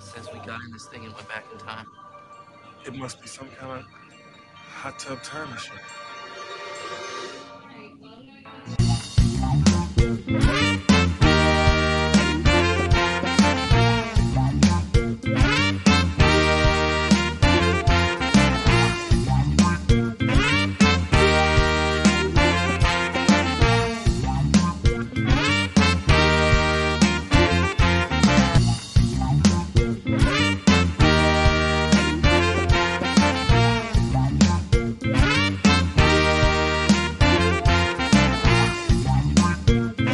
since we got in this thing and went back in time. It must be some kind of hot tub time machine.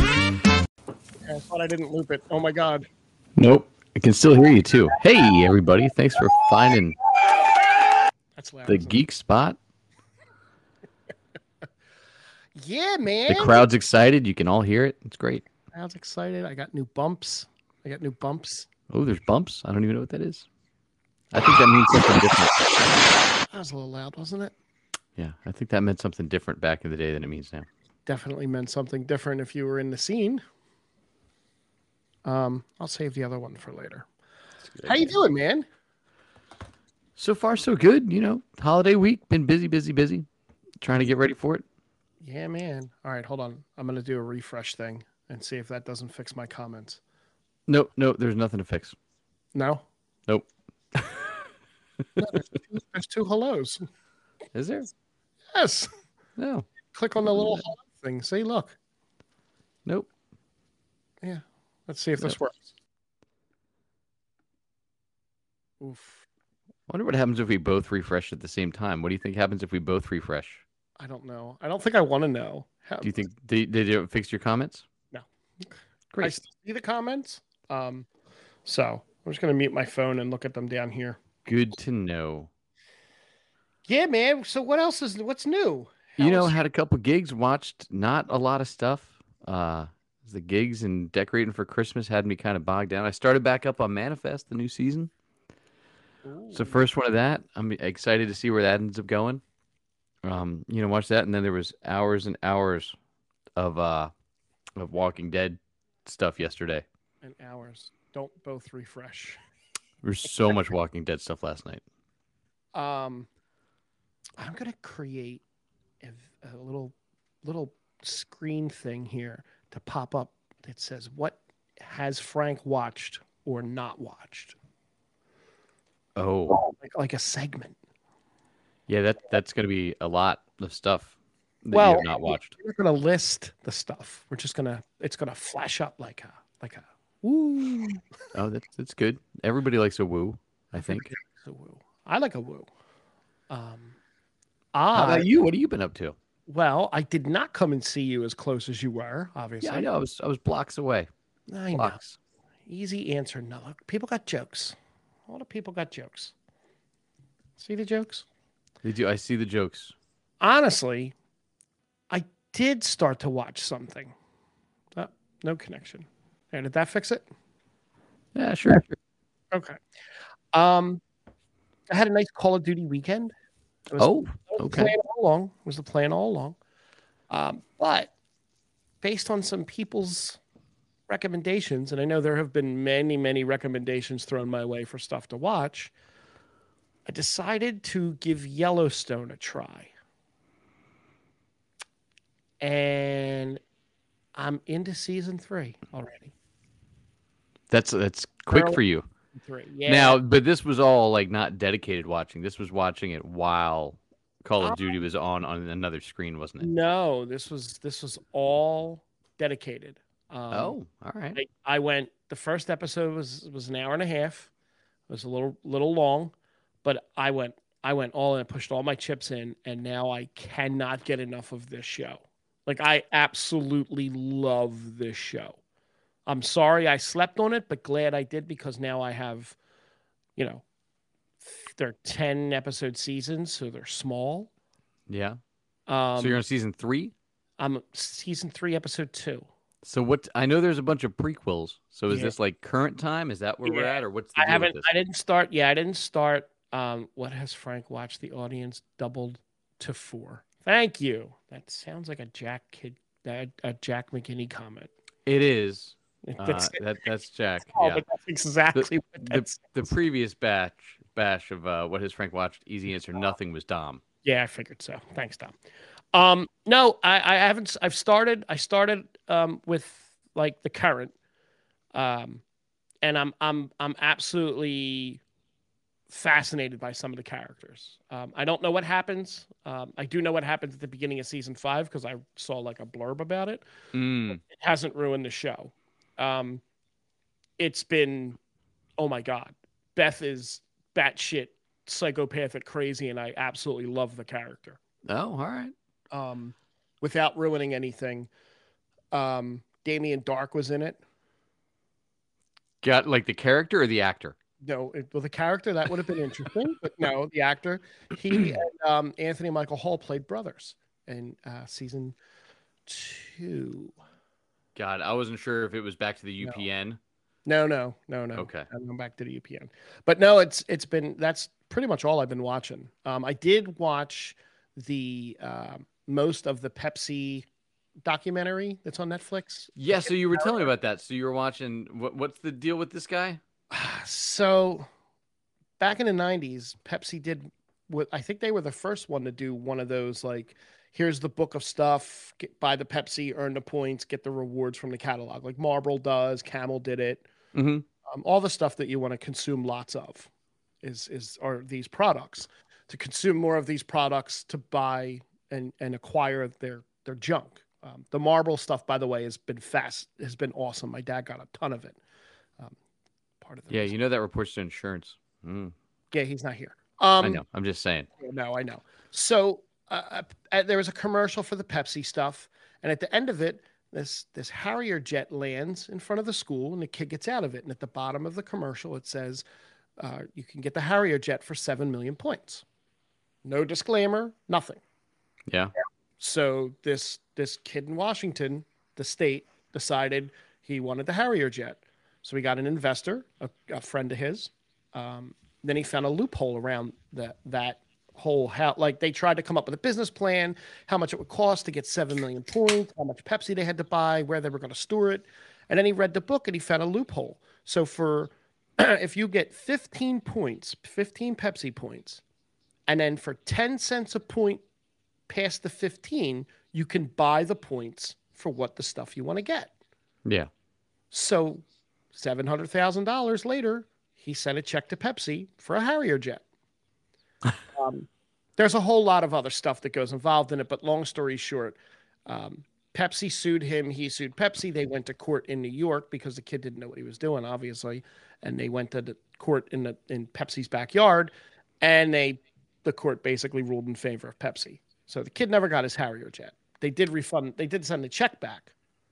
I thought I didn't loop it. Oh my god. Nope. I can still hear you too. Hey everybody, thanks for finding That's loud. the isn't it? geek spot. Yeah, man. The crowd's excited. You can all hear it. It's great. crowd's excited. I got new bumps. I got new bumps. Oh, there's bumps. I don't even know what that is. I think that means something different. That was a little loud, wasn't it? Yeah, I think that meant something different back in the day than it means now. Definitely meant something different if you were in the scene. Um, I'll save the other one for later. How you doing, man? So far, so good. You know, holiday week, been busy, busy, busy, trying to get ready for it. Yeah, man. All right, hold on. I'm gonna do a refresh thing and see if that doesn't fix my comments. No, no, there's nothing to fix. No? Nope. No, there's, two, there's two hellos. Is there? Yes. No, Click on the little hello thing. See, look. nope. Let's see if this Yep. works. Oof. Wonder what happens if we both refresh at the same time. What do you think happens if we both refresh? I don't know. I don't think I want to know. How, Do you think did, did it fix your comments? No. I Great. still see the comments? Um, so I'm just gonna mute my phone and look at them down here. Good to know. Yeah, man. So what else is what's new? you know, How's- had a couple gigs, watched not a lot of stuff. Uh, the gigs and decorating for Christmas had me kind of bogged down. I started back up on Manifest, the new season. It's the Ooh. first one of that. I'm excited to see where that ends up going. Um, you know, watch that, and then there was hours and hours of uh of Walking Dead stuff yesterday. and hours. Don't both refresh. There's so much Walking Dead stuff last night. Um, I'm gonna create a, a little little screen thing here to pop up that says what has Frank watched or not watched, Oh, like like a segment. yeah, that that's gonna be a lot of stuff that you Well, have not watched. We're not gonna list the stuff. We're just gonna it's gonna flash up like a like a woo. Oh, that's that's good. Everybody likes a woo, I think. It's a woo. I like a woo. Um, How I about you? What have you been up to? well, I did not come and see you as close as you were. Obviously, Yeah, I know. I was I was blocks away. I know. Blocks. Easy answer, no. Look, people got jokes. A lot of people got jokes. See the jokes? They do. I see the jokes. Honestly, I did start to watch something. Oh, no connection. There, did that fix it? Yeah, sure. sure. Okay. Um, I had a nice Call of Duty weekend. It was- Oh, that was the okay. plan all along. It was the plan all along. Um, but based on some people's recommendations, and I know there have been many, many recommendations thrown my way for stuff to watch, I decided to give Yellowstone a try. And I'm into season three already. that's that's quick Girl. for you. Three. Yeah. Now, but this was all like not dedicated watching. This was watching it while Call of Duty was on on another screen, wasn't it? Um, No, this was this was all dedicated. Um, oh, all right. I, I went. The first episode was was an hour and a half. It was a little little long, but I went I went all in. I pushed all my chips in, and now I cannot get enough of this show. Like I absolutely love this show. I'm sorry I slept on it, but glad I did because now I have, you know, they're ten episode seasons, so they're small. Yeah. Um, so you're on season three. I'm season three, episode two. So what? I know there's a bunch of prequels. So is Yeah. this like current time? Is that where we're Yeah. at, or what's the I deal haven't. with I didn't start. Yeah, I didn't start. Um, what has Frank watched? The audience doubled to four. Thank you. That sounds like a Jack kid, a, a Jack McKinney comment. this? It is. Uh, That's it. that, that's Jack. Oh, yeah. but that's exactly what The, that's. the previous batch bash of uh, what has Frank watched, easy answer, nothing was Dom. Yeah, I figured so. Thanks, Tom. Um, no, I, I haven't. s- I've started. I started um, with like the current, um, and I'm I'm I'm absolutely fascinated by some of the characters. Um, I don't know what happens. Um, I do know what happens at the beginning of season five because I saw like a blurb about it. Mm, It hasn't ruined the show. Um, it's been, oh my god, Beth is batshit psychopathic crazy, and I absolutely love the character oh, all right. um, without ruining anything. Um, Damien Dark was in it. Got like the character or the actor? No, it, well, the character that would have been interesting, but no, the actor. He and um, Anthony Michael Hall played brothers in uh, season two. God, I wasn't sure if it was back to the No. UPN. No, no, no, no. Okay. I'm going back to the UPN. But no, it's it's been that's pretty much all I've been watching. Um, I did watch the uh, most of the Pepsi documentary that's on Netflix. Yeah, so you were telling me about that. So you were watching. What, what's the deal with this guy? So back in the 90s, Pepsi did what I think they were the first one to do one of those like here's the book of stuff, get, buy the Pepsi, earn the points, get the rewards from the catalog. Like Marlboro does, Camel did it. Mm-hmm. Um, all the stuff that you want to consume lots of is is are these products. To consume more of these products to buy and and acquire their their junk. Um, the Marlboro stuff, by the way, has been fast has been awesome. My dad got a ton of it. Um, part of the Yeah, reason- you know that reports to insurance. Mm, yeah, he's not here. Um, I know. I'm just saying. Oh, No, I know. So uh, uh, there was a commercial for the Pepsi stuff, and at the end of it, this this Harrier jet lands in front of the school, and the kid gets out of it. And at the bottom of the commercial, it says, uh, "You can get the Harrier jet for seven million points." No disclaimer, nothing. Yeah. So this this kid in Washington, the state, decided he wanted the Harrier jet. So he got an investor, a, a friend of his. Um, then he found a loophole around that that whole how like they tried to come up with a business plan, how much it would cost to get seven million points, how much Pepsi they had to buy, where they were going to store it, and then he read the book and he found a loophole. So for if you get 15 points, 15 Pepsi points, and then for 10 cents a point past the 15, you can buy the points for what the stuff you want to get. Yeah. So $700,000 later, he sent a check to Pepsi for a Harrier jet. um, there's a whole lot of other stuff that goes involved in it, but long story short, um, Pepsi sued him. He sued Pepsi. They went to court in New York because the kid didn't know what he was doing, obviously, and they went to the court in the in Pepsi's backyard, and they the court basically ruled in favor of Pepsi. So the kid never got his Harrier jet. They did refund. They did send the check back,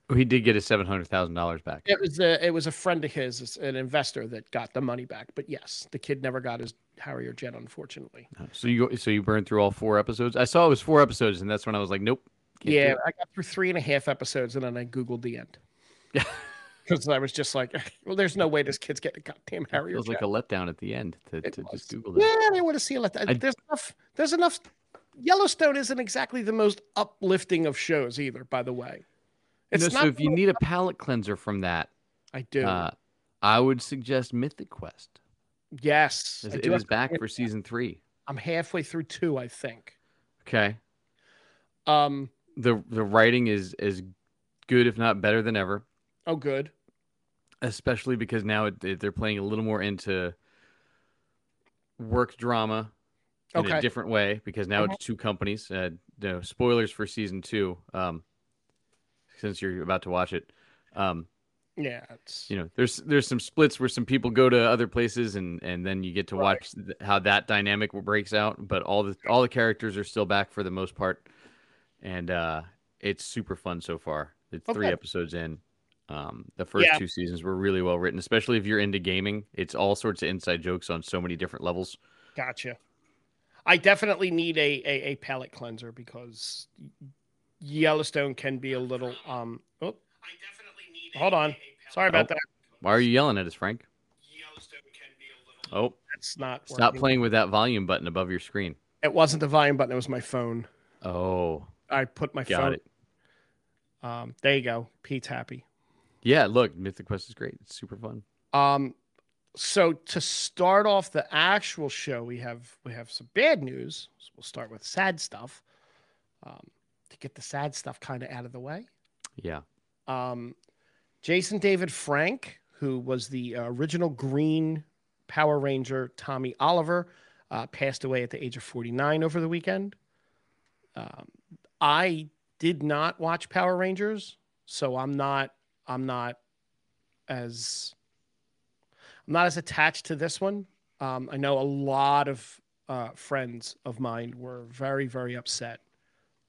Oh, He did get his seven hundred thousand dollars back. it was a it was a friend of his, an investor that got the money back. But yes, the kid never got his Harrier jet, unfortunately. So you so you burned through all four episodes. I saw it was four episodes, and that's when I was like, nope. can't do yeah, it. I got through three and a half episodes, and then I googled the end. because I was just like, well, there's no way this kid's getting a goddamn It Harrier was like jet. a letdown at the end to, It to was. just Google that. yeah, they want to see a lot. I- There's enough. There's enough. Yellowstone isn't exactly the most uplifting of shows either. By the way, it's no, not. so if you need a palate cleanser from that, I do. uh, I would suggest Mythic Quest. yes, Is- I It do is have- back for season three. I'm halfway through two, I think. Okay. Um. The the writing is is good, if not better than ever. Oh, good. especially because now it, it- they're playing a little more into work drama in Okay. Uh-huh. a different way because now Okay. it's two companies. Uh, no spoilers for season two, um, since you're about to watch it. Um, Yeah. It's. you know, there's there's some splits where some people go to other places, and and then you get to Right. watch th- how that dynamic breaks out. But all the all the characters are still back for the most part, and uh, it's super fun so far. It's three Okay. episodes in. Um, the first Yeah. two seasons were really well written, especially if you're into gaming. It's all sorts of inside jokes on so many different levels. Gotcha. I definitely need a, a a palate cleanser because Yellowstone can be a little um. Oh, I definitely need hold a- on. Sorry about that. Why are you yelling at us, Frank? Yellowstone can be a little Oh, That's not. stop working. playing with that volume button above your screen. It wasn't the volume button. It was my phone. Oh, I put my got phone. it. Um. There you go. Pete's happy. Yeah, look, Mythic Quest is great. It's super fun. Um, so to start off the actual show, we have we have some bad news. So we'll start with sad stuff. Um, to get the sad stuff kind of out of the way. Yeah. Um, Jason David Frank, who was the uh, original Green Power Ranger Tommy Oliver, uh, passed away at the age of 49 over the weekend. Um, I did not watch Power Rangers, so I'm not I'm not as I'm not as attached to this one. Um, I know a lot of uh, friends of mine were very very upset.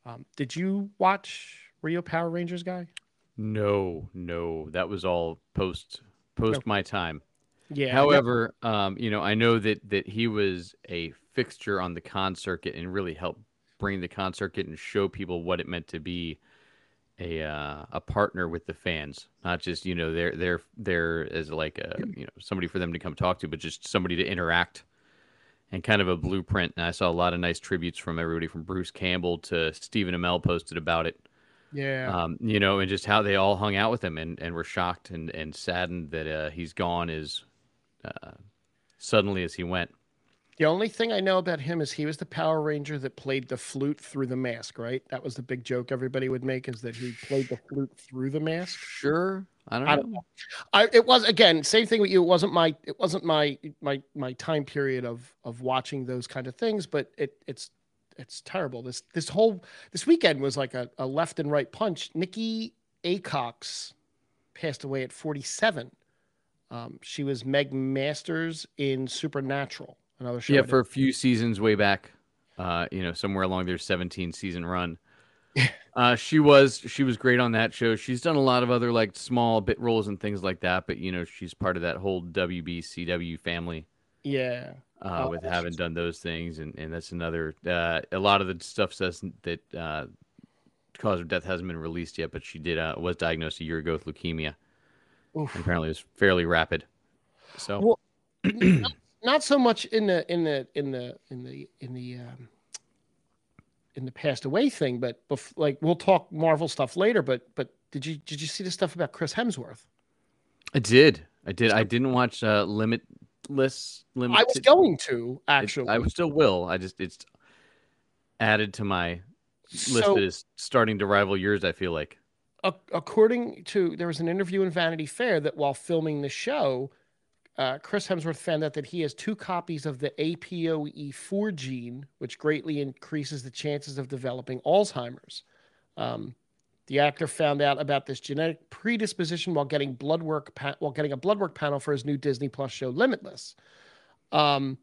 Um, did you watch? Were you a Power Rangers guy? No, no, that was all post post my time. Yeah. However, um, you know, I know that that he was a fixture on the con circuit and really helped bring the con circuit and show people what it meant to be a uh, a partner with the fans, not just you know they're they're they're as like a you know somebody for them to come talk to, but just somebody to interact and kind of a blueprint. And I saw a lot of nice tributes from everybody from Bruce Campbell to Stephen Amell posted about it yeah. um, you know, and just how they all hung out with him and, and were shocked and, and saddened that uh, he's gone as uh, suddenly as he went. the only thing I know about him is he was the Power Ranger that played the flute through the mask, right? That was the big joke everybody would make is that he played the flute through the mask. Sure, I don't, I don't know. know. I it was again same thing with you. It wasn't my it wasn't my my my time period of of watching those kind of things, but it it's it's terrible. This this whole this weekend was like a, a left and right punch. Nikki Acox passed away at 47. Um, she was Meg Masters in Supernatural, another show. I Yeah, didn't for a few seasons way back, uh, you know, somewhere along their 17 season run. Uh, she was she was great on that show. She's done a lot of other like small bit roles and things like that, but you know she's part of that whole WBCW family. Yeah. uh, Oh, with that's having just- done those things, and, and that's another. Uh, a lot of the stuff says that uh, cause of death hasn't been released yet, but she did uh, was diagnosed a year ago with leukemia. Oof. And apparently, it was fairly rapid. So Well- not, not so much in the in the in the in the in the um, in the passed away thing, but bef- like we'll talk Marvel stuff later. But but did you did you see the stuff about Chris Hemsworth? I did, I did, I didn't watch uh, Limitless. Limited, I was going to Um, it- actually. I still will. I just it's added to my list so that is starting to rival yours. I feel like. ac- according to there was an interview in Vanity Fair that while filming the show, uh, Chris Hemsworth found out that he has two copies of the APOE4 E gene, which greatly increases the chances of developing Alzheimer's. Um, the actor found out about this genetic predisposition while getting blood work pa- while getting a blood work panel for his new Disney Plus show Limitless. Um,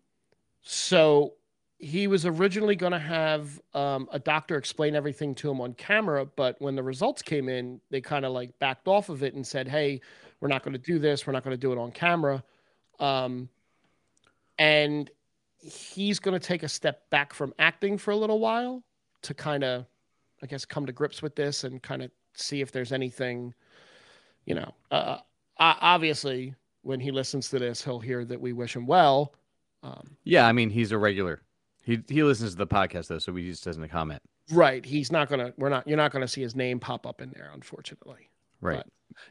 so he was originally going to have um, a doctor explain everything to him on camera, but when the results came in, they kind of like backed off of it and said, "Hey, we're not going to do this. We're not going to do it on camera." Um, and he's going to take a step back from acting for a little while to kind of, I guess, come to grips with this and kind of see if there's anything, you know. Uh, o- obviously, when he listens to this, he'll hear that we wish him well. Um, Yeah, I mean he's a regular. He he listens to the podcast though, so he just doesn't comment. Right. He's not gonna. We're not. You're not gonna see his name pop up in there, unfortunately. Right. Right.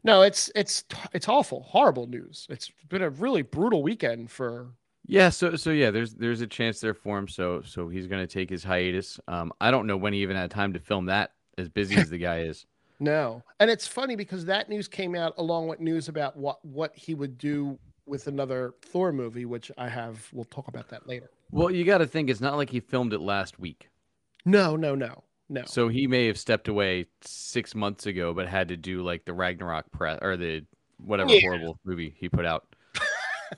No, it's it's it's awful, horrible news. It's been a really brutal weekend for. Yeah, so so yeah, there's there's a chance there for him. So so he's gonna take his hiatus. Um, I don't know when he even had time to film that, as busy as the guy is. No, and it's funny because that news came out along with news about what what he would do with another Thor movie, which I have. We'll talk about that later. Well, you got to think it's not like he filmed it last week, No, no, no, no. so he may have stepped away six months ago, but had to do like the Ragnarok press or the whatever Yeah. horrible movie he put out.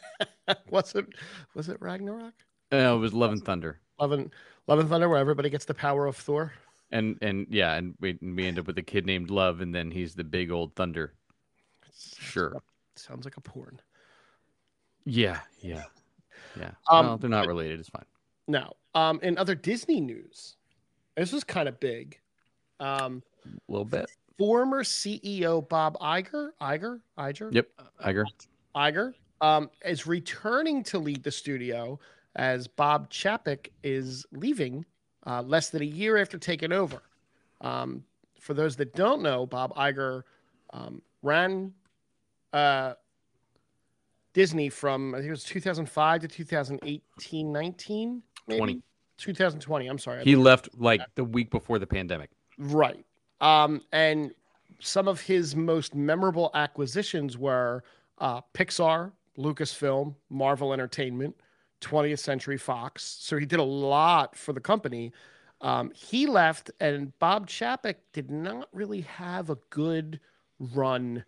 was it was it Ragnarok? Uh, it was Love and Thunder, Love and Love and Thunder, where everybody gets the power of Thor. and and yeah, and we and we end up with a kid named Love, and then he's the big old Thunder. Sure. Sounds like a porn. Yeah, yeah, yeah. Um, well, they're not related. It's fine. No. Um, in other Disney news, this was kind of big. Um, A little bit. former CEO Bob Iger, Iger, Iger, Yep. Iger. Iger, um, is returning to lead the studio as Bob Chapek is leaving uh, less than a year after taking over. Um, for those that don't know, Bob Iger um, ran uh, Disney from I think it was 2005 to 2018, 19, maybe? 20. 2020. I'm sorry. I He left like the week before the pandemic. Right. Um, and some of his most memorable acquisitions were uh, Pixar, Lucasfilm, Marvel Entertainment, 20th Century Fox. So he did a lot for the company. Um, he left, and Bob Chapek did not really have a good run.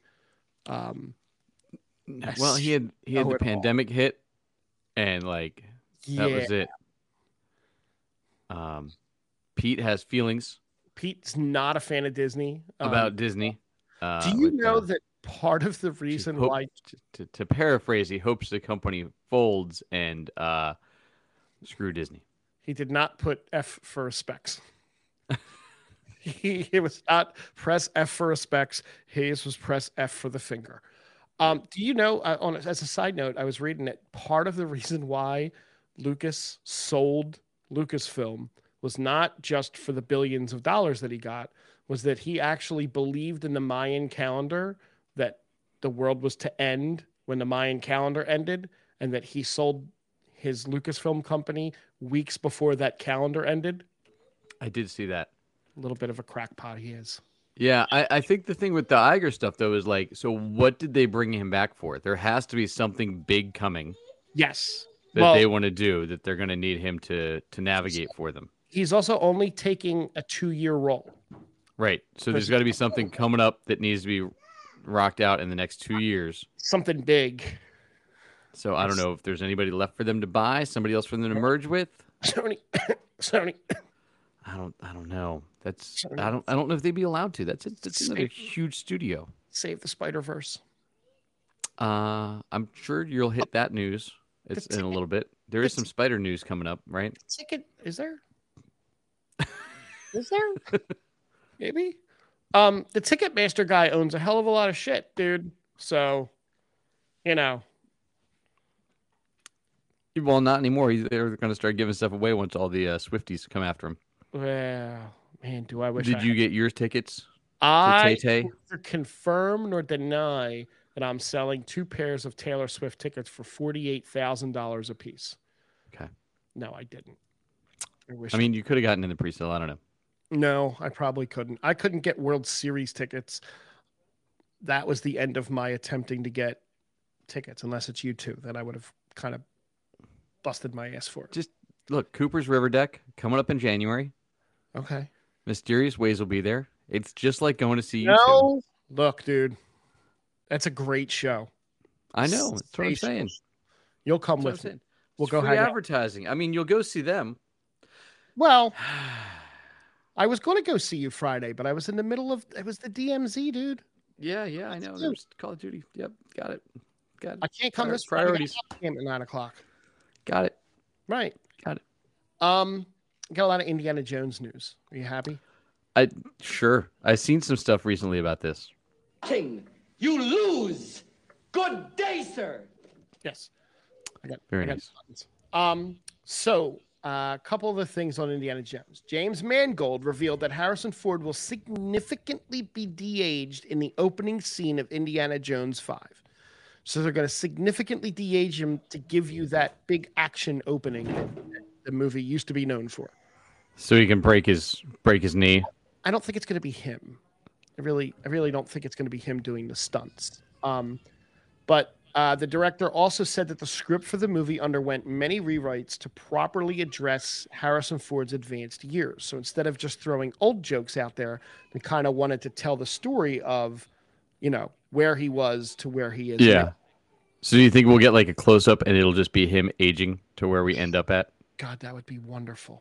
Um, Well, he had he had know the it all. pandemic hit, and like yeah, that was it. Um, Pete has feelings Pete's not a fan of Disney. Um, about Disney. Uh, do you with, know uh, that part of the she reason hope- why t- to, to paraphrase, he hopes the company folds and uh, screw Disney. He did not put F for specs. he, it was not press F for specs. His was press F for the finger. Um, do you know, uh, on as a side note, I was reading that part of the reason why Lucas sold Lucasfilm was not just for the billions of dollars that he got, was that he actually believed in the Mayan calendar that the world was to end when the Mayan calendar ended, and that he sold his Lucasfilm company weeks before that calendar ended. I did see that. A little bit of a crackpot he is. Yeah, I, I think the thing with the Iger stuff though is like, so what did they bring him back for? There has to be something big coming Yes. that well, they want to do that they're going to need him to to navigate for them. he's also only taking a two-year role. Right. So there's got to be something coming up that needs to be rocked out in the next two years. Something big. So I don't know if there's anybody left for them to buy, somebody else for them to merge with. Sony. Sony. I don't. I don't know. That's. Sure. I don't. I don't know if they'd be allowed to. That's. A, that's another Safe. huge studio. Save the Spider Verse. Uh, I'm sure you'll hit that news. It's in a little bit. There is some spider news coming up, right? Ticket is there? Is there? Maybe. Um, the Ticketmaster guy owns a hell of a lot of shit, dude. So, you know, Well, not anymore. He's- They're going to start giving stuff away once all the uh, Swifties come after him. well, man, do I wish Did I you get your tickets? To I Tay Tay? neither confirm nor deny that I'm selling two pairs of Taylor Swift tickets for forty-eight thousand dollars a piece. Okay. No, I didn't. I wish. I mean, you could have gotten in the pre-sale. I don't know. no, I probably couldn't. I couldn't get World Series tickets. That was the end of my attempting to get tickets. Unless it's you two, then I would have kind of busted my ass for it. Just- Look, Cooper's River Deck coming up in January. Okay. Mysterious Ways will be there. It's just like going to see you. two. No. Look, dude, that's a great show. I know. That's what I'm saying. You'll come That's what I'm with me. saying. We'll It's go free hang out. advertising. I mean, you'll go see them. Well, I was going to go see you Friday, but I was in the middle of it was the DMZ, dude. yeah, yeah, I know. do. There's Call of Duty. Yep, got it. Got I it. can't come Prior- this Friday. I got priorities. a game at nine o'clock. Got it. Right. Got Um, got a lot of Indiana Jones news. Are you happy? I sure. I've seen some stuff recently about this. King, you lose. Good day, sir. Yes. Very I got nice. buttons. Um, so a couple of the things on Indiana Jones. James Mangold revealed that Harrison Ford will significantly be de-aged in the opening scene of Indiana Jones 5. So they're going to significantly de-age him to give you that big action opening that the movie used to be known for. So he can break his break his knee. I don't think it's going to be him. I really, I really don't think it's going to be him doing the stunts. Um, but uh, the director also said that the script for the movie underwent many rewrites to properly address Harrison Ford's advanced years. So instead of just throwing old jokes out there, they kind of wanted to tell the story of, you know, where he was to where he is. now. So do you think we'll get like a close up and it'll just be him aging to where we end up at? God, that would be wonderful.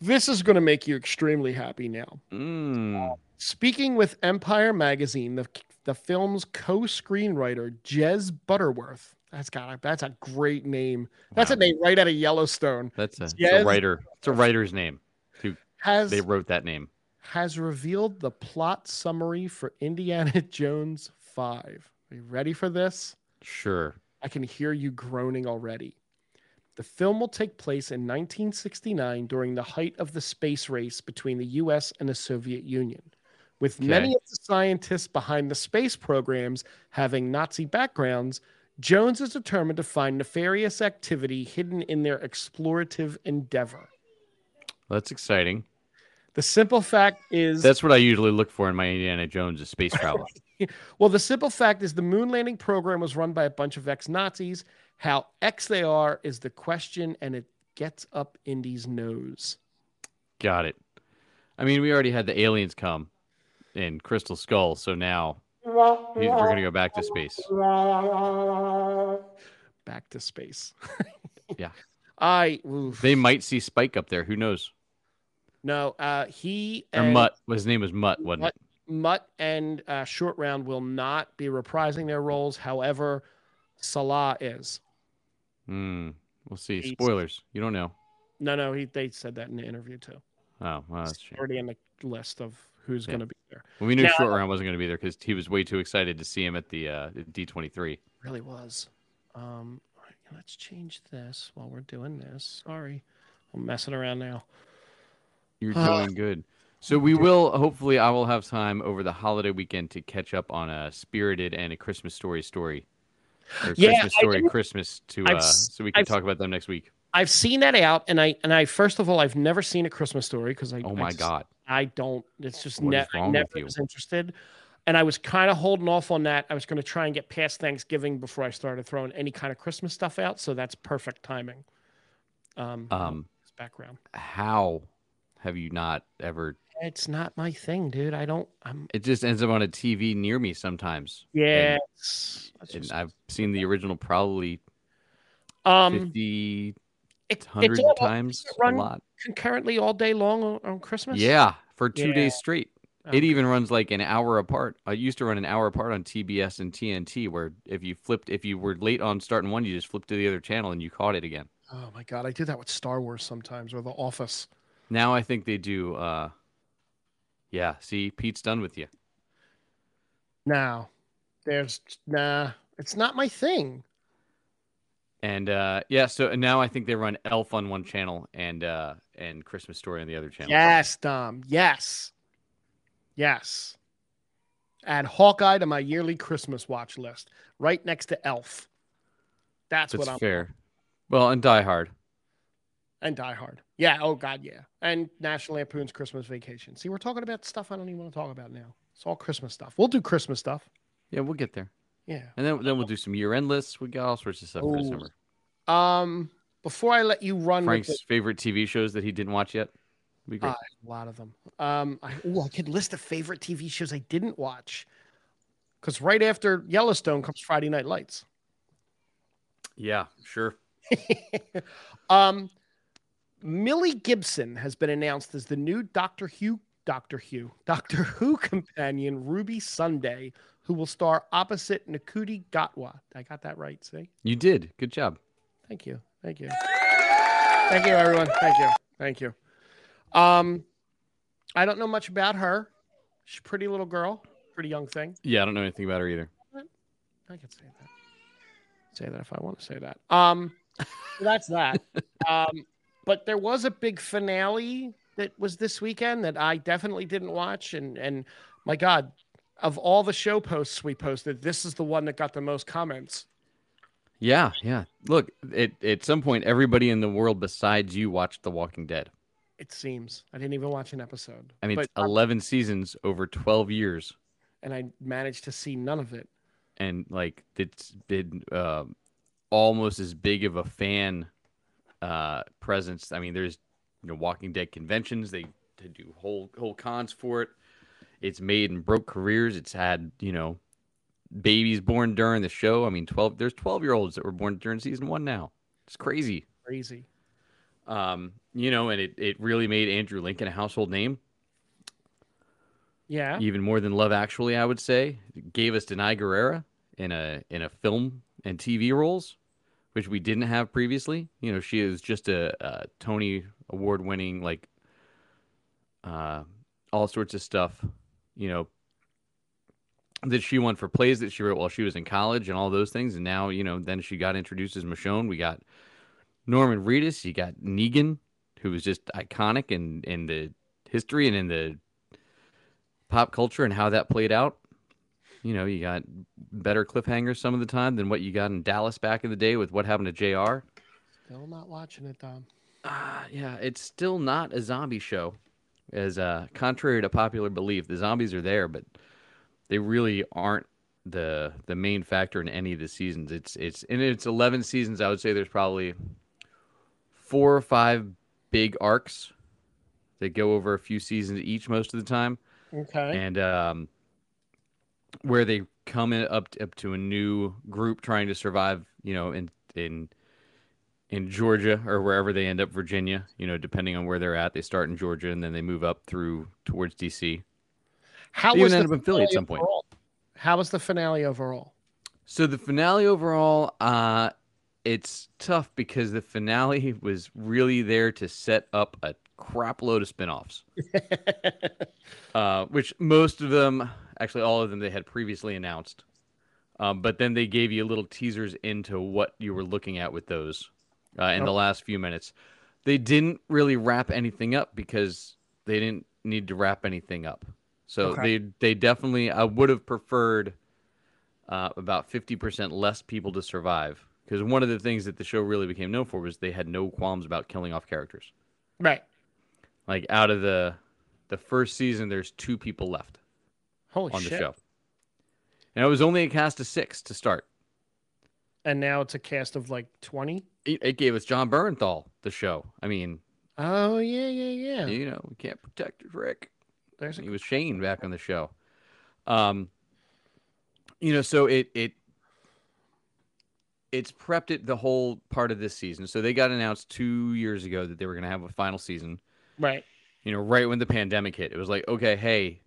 This is going to make you extremely happy now. Mm. Speaking with Empire Magazine, the, the film's co-screenwriter Jez Butterworth. That's got a, that's a great name. That's a Wow. name right out of Yellowstone. That's a, it's Yes. a writer. It's a writer's name. Has They wrote that name. has revealed the plot summary for Indiana Jones 5. Are you ready for this? Sure. I can hear you groaning already. The film will take place in 1969 during the height of the space race between the US and the Soviet Union. with Okay. many of the scientists behind the space programs having Nazi backgrounds, Jones is determined to find nefarious activity hidden in their explorative endeavor. That's exciting. The simple fact is That's what I usually look for in my Indiana Jones is space travel. well, the simple fact is the moon landing program was run by a bunch of ex Nazis. How ex they are is the question, and it gets up Indy's nose. Got it. I mean, we already had the aliens come in Crystal Skull, so now we- we're gonna go back to space. Back to space. Yeah. I oof. They might see Spike up there. Who knows? no. Uh, he Or and Mutt. His name was Mutt, wasn't Mutt. it? Mutt and uh, Short Round will not be reprising their roles. However, Salah is. Hmm. We'll see. He's- Spoilers. You don't know. No, no. He they said that in the interview too. Oh, well, that's a It's shame. already in the list of who's Yeah. going to be there. Well, we knew Now- Short Round wasn't going to be there because he was way too excited to see him at the uh, D23. really was. Um, all right, let's change this while we're doing this. Sorry, I'm messing around now. You're Uh, doing good. So we will hopefully I will have time over the holiday weekend to catch up on a Spirited and a Christmas Story story. Or Yeah, Christmas I Story didn't- Christmas to I've uh, s- so we can I've- talk about them next week. I've seen that out, and I and I first of all, I've never seen a Christmas story because I Oh I my just- god. I don't. It's just What ne- is I wrong never with you? was interested, and I was kind of holding off on that. I was going to try and get past Thanksgiving before I started throwing any kind of Christmas stuff out, so that's perfect timing. Um, Um this background. how have you not ever It's not my thing, dude. I don't. I'm. it just ends up on a TV near me sometimes. Yeah. it's- it's And uh, just- I've seen the original probably um. 50 it- it's 100 all- times a run lot. concurrently all day long on, on Christmas? Yeah, for 2 Yeah. days straight. Okay. It even runs like an hour apart. I used to run an hour apart on TBS and TNT, where if you flipped, if you were late on starting one, you just flipped to the other channel and you caught it again. Oh my god, I do that with Star Wars sometimes or The Office. Now I think they do. uh Yeah, see, Pete's done with you. Now, there's nah, it's not my thing. And uh yeah, so and now I think they run Elf on one channel and uh and Christmas Story on the other channel. Yes, Dom. Yes, yes. Add Hawkeye to my yearly Christmas watch list, right next to Elf. That's, that's what I'm fair. Well, and Die Hard. and Die Hard. Yeah. Oh God, yeah. And National Lampoon's Christmas Vacation. See, we're talking about stuff I don't even want to talk about now. It's all Christmas stuff. We'll do Christmas stuff. Yeah, we'll get there. Yeah. And then then we'll do some year end lists. We got all sorts of stuff for the Ooh, summer. Um, before I let you run with Frank's favorite TV shows that he didn't watch yet. Be great. Uh, A lot of them. Um, I, ooh, I could list the favorite TV shows I didn't watch. Because right after Yellowstone comes Friday Night Lights. yeah, sure. um, Millie Gibson has been announced as the new Doctor Who, Doctor Who, Doctor Who companion Ruby Sunday, who will star opposite Nakuti Gatwa. I got that right. See, You did. Good job. thank you, thank you, thank you, everyone. Thank you, thank you. Um, I don't know much about her. She's a pretty little girl, pretty young thing. Yeah, I don't know anything about her either. I could say that. Say that if I want to say that. Um, so that's that. um, but there was a big finale that was this weekend that I definitely didn't watch, and and my God, of all the show posts we posted, this is the one that got the most comments. Yeah, yeah. Look, it, at some point, everybody in the world besides you watched The Walking Dead. It seems I didn't even watch an episode. I mean, but, it's 11 seasons over 12 years. and I managed to see none of it. And like, it's been uh, almost as big of a fan uh, presence. I mean, there's you know, Walking Dead conventions, they, they do whole, whole cons for it. It's made and broke careers. It's had, you know, babies born during the show. I mean, 12, there's 12 year olds that were born during season one now. It's crazy. Crazy. um, you know, and it, it really made Andrew Lincoln a household name, Yeah. even more than Love Actually, I would say. It gave us Denai Guerrera in a in a film and TV roles, which we didn't have previously. You know, she is just a, a Tony Award winning, like uh, all sorts of stuff. You know, that she won for plays that she wrote while she was in college and all those things. And now, you know, then she got introduced as Michonne. We got Norman Reedus. You got Negan, who was just iconic in in the history and in the pop culture and how that played out. You know, you got better cliffhangers some of the time than what you got in Dallas back in the day with what happened to JR. Still not watching it, Dom. Uh, yeah, it's still not a zombie show, as uh, contrary to popular belief. The zombies are there, but they really aren't the the main factor in any of the seasons. It's it's in its eleven seasons. I would say there's probably four or five big arcs that go over a few seasons each most of the time Okay. and um, where they come in up up to a new group trying to survive, you know, in in in Georgia or wherever they end up, Virginia, you know, depending on where they're at, they start in Georgia and then they move up through towards DC. How They was even the end up in Philly at finale some point. overall? How was the finale overall? So the finale overall, uh, it's tough because the finale was really there to set up a crap load of spinoffs. uh, which most of them, actually all of them, they had previously announced. Um, but then they gave you little teasers into what you were looking at with those uh, in the last few minutes. They didn't really wrap anything up because they didn't need to wrap anything up. So Okay. they they definitely I would have preferred uh, about fifty percent less people to survive because one of the things that the show really became known for was they had no qualms about killing off characters. Right. Like out of the the first season, there's two people left Holy on shit. the show. And it was only a cast of six to start. And now it's a cast of like 20. It, it gave us John Bernthal the show. I mean, Oh, yeah, yeah, yeah. you know, we can't protect Rick. There's He was Shane back on the show. Um, you know, so it it it's prepped it the whole part of this season. So they got announced two years ago that they were going to have a final season. Right. you know, right when the pandemic hit, it was like, okay, hey,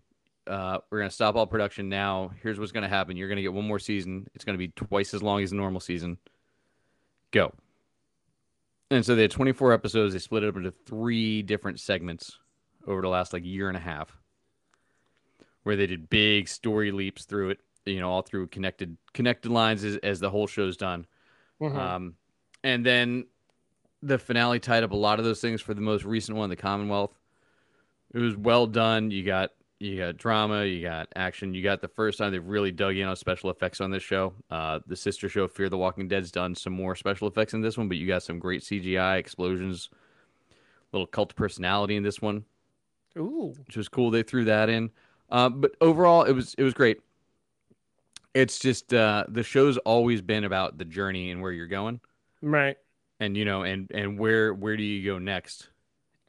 uh, we're gonna stop all production now. Here's what's gonna happen. You're gonna get one more season. It's gonna be twice as long as the normal season. Go. And so they had 24 episodes. They split it up into three different segments over the last like year and a half, where they did big story leaps through it. You know, all through connected connected lines as, as the whole show's done. Mhm. Um, and then the finale tied up a lot of those things for the most recent one, the Commonwealth. It was well done. You got you got drama, you got action, you got the first time they've really dug in on special effects on this show. Uh, the sister show Fear the Walking Dead's done some more special effects in this one, but you got some great CGI explosions, little cult of personality in this one Ooh. which was cool. They threw that in, uh, but overall, it was it was great. It's just uh, the show's always been about the journey and where you're going, Right. and you know, and and where where do you go next,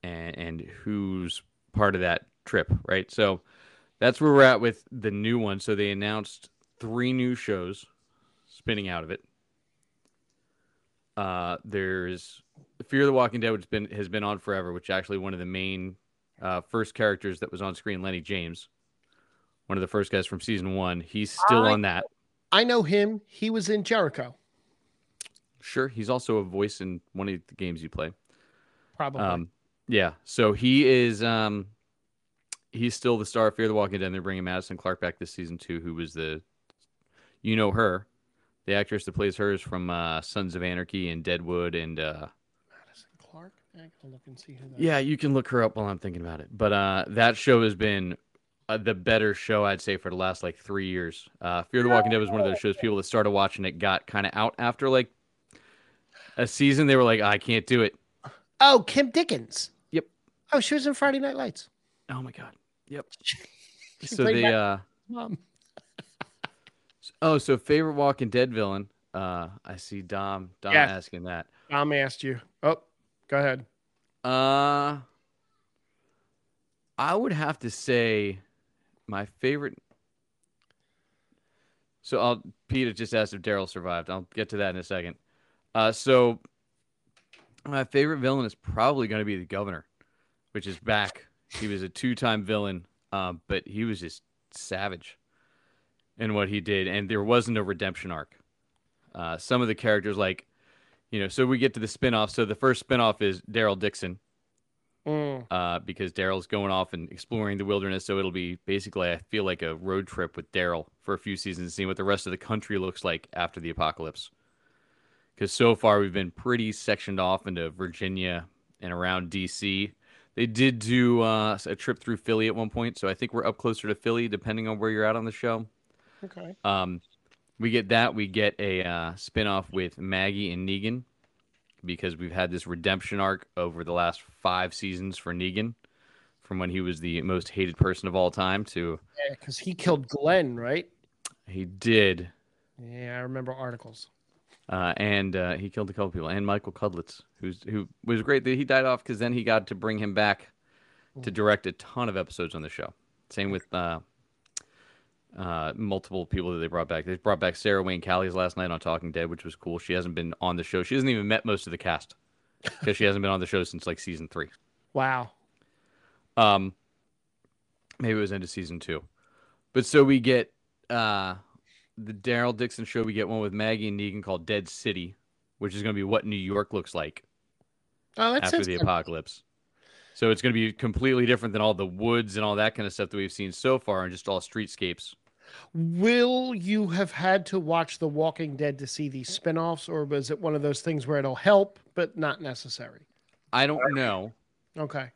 and and who's part of that trip, right? So that's where we're at with the new one. So they announced three new shows spinning out of it. Uh, there's Fear the Walking Dead, which has been has been on forever, which actually one of the main uh, first characters that was on screen, Lenny James, one of the first guys from season one. He's still I- on that. I know him. He was in Jericho, Sure, he's also a voice in one of the games you play. probably. Um, yeah, so he is. Um, he's still the star of Fear the Walking Dead. They're bringing Madison Clark back this season too, who was the, you know her, the actress that plays her is from uh, Sons of Anarchy and Deadwood and uh, Madison Clark. I gotta look and see who that Yeah, you can look her up while I'm thinking about it. But uh, that show has been uh, the better show I'd say for the last like three years. Uh, Fear the Walking Dead was one of those shows people that started watching it got kind of out after like a season. They were like, I can't do it. Oh, Kim Dickens. Yep. Oh, she was in Friday Night Lights. Oh my god. Yep. She so played they Matt- uh, Mom. oh so favorite Walking Dead villain. Uh, I see Dom Dom Yes. asking that. Dom asked you. Oh, go ahead. Uh, I would have to say my favorite. So I'll Peter just asked if Daryl survived. I'll get to that in a second. Uh, so my favorite villain is probably going to be the governor, which is back. He was a two-time villain, um, but he was just savage in what he did, and there wasn't a redemption arc. Uh, some of the characters, like you know, so we get to the spin-off. So the first spin-off is Daryl Dixon, Mm, uh, because Daryl's going off and exploring the wilderness. So it'll be basically, I feel like a road trip with Daryl for a few seasons, seeing what the rest of the country looks like after the apocalypse. Because so far we've been pretty sectioned off into Virginia and around DC. They did do uh, a trip through Philly at one point, so I think we're up closer to Philly, depending on where you're at on the show. Okay. Um, we get that. We get a uh, spinoff with Maggie and Negan because we've had this redemption arc over the last five seasons for Negan, from when he was the most hated person of all time to Yeah, because he killed Glenn, right? he did, Yeah, I remember articles. uh, and uh, he killed a couple people, and Michael Cudlitz, who's who was great that he died off because then he got to bring him back to direct a ton of episodes on the show. Same with. Uh, uh, multiple people that they brought back. They brought back Sarah Wayne Callies last night on Talking Dead, which was cool. She hasn't been on the show. She hasn't even met most of the cast because she hasn't been on the show since like season three. Wow. Um, maybe it was into season two, but so we get uh the Daryl Dixon show. We get one with Maggie and Negan called Dead City, which is going to be what New York looks like Oh, that after sounds the good. apocalypse. So it's going to be completely different than all the woods and all that kind of stuff that we've seen so far, and just all streetscapes. Will you have had to watch The Walking Dead to see these spin-offs, or was it one of those things where it'll help but not necessary? I don't know. Okay.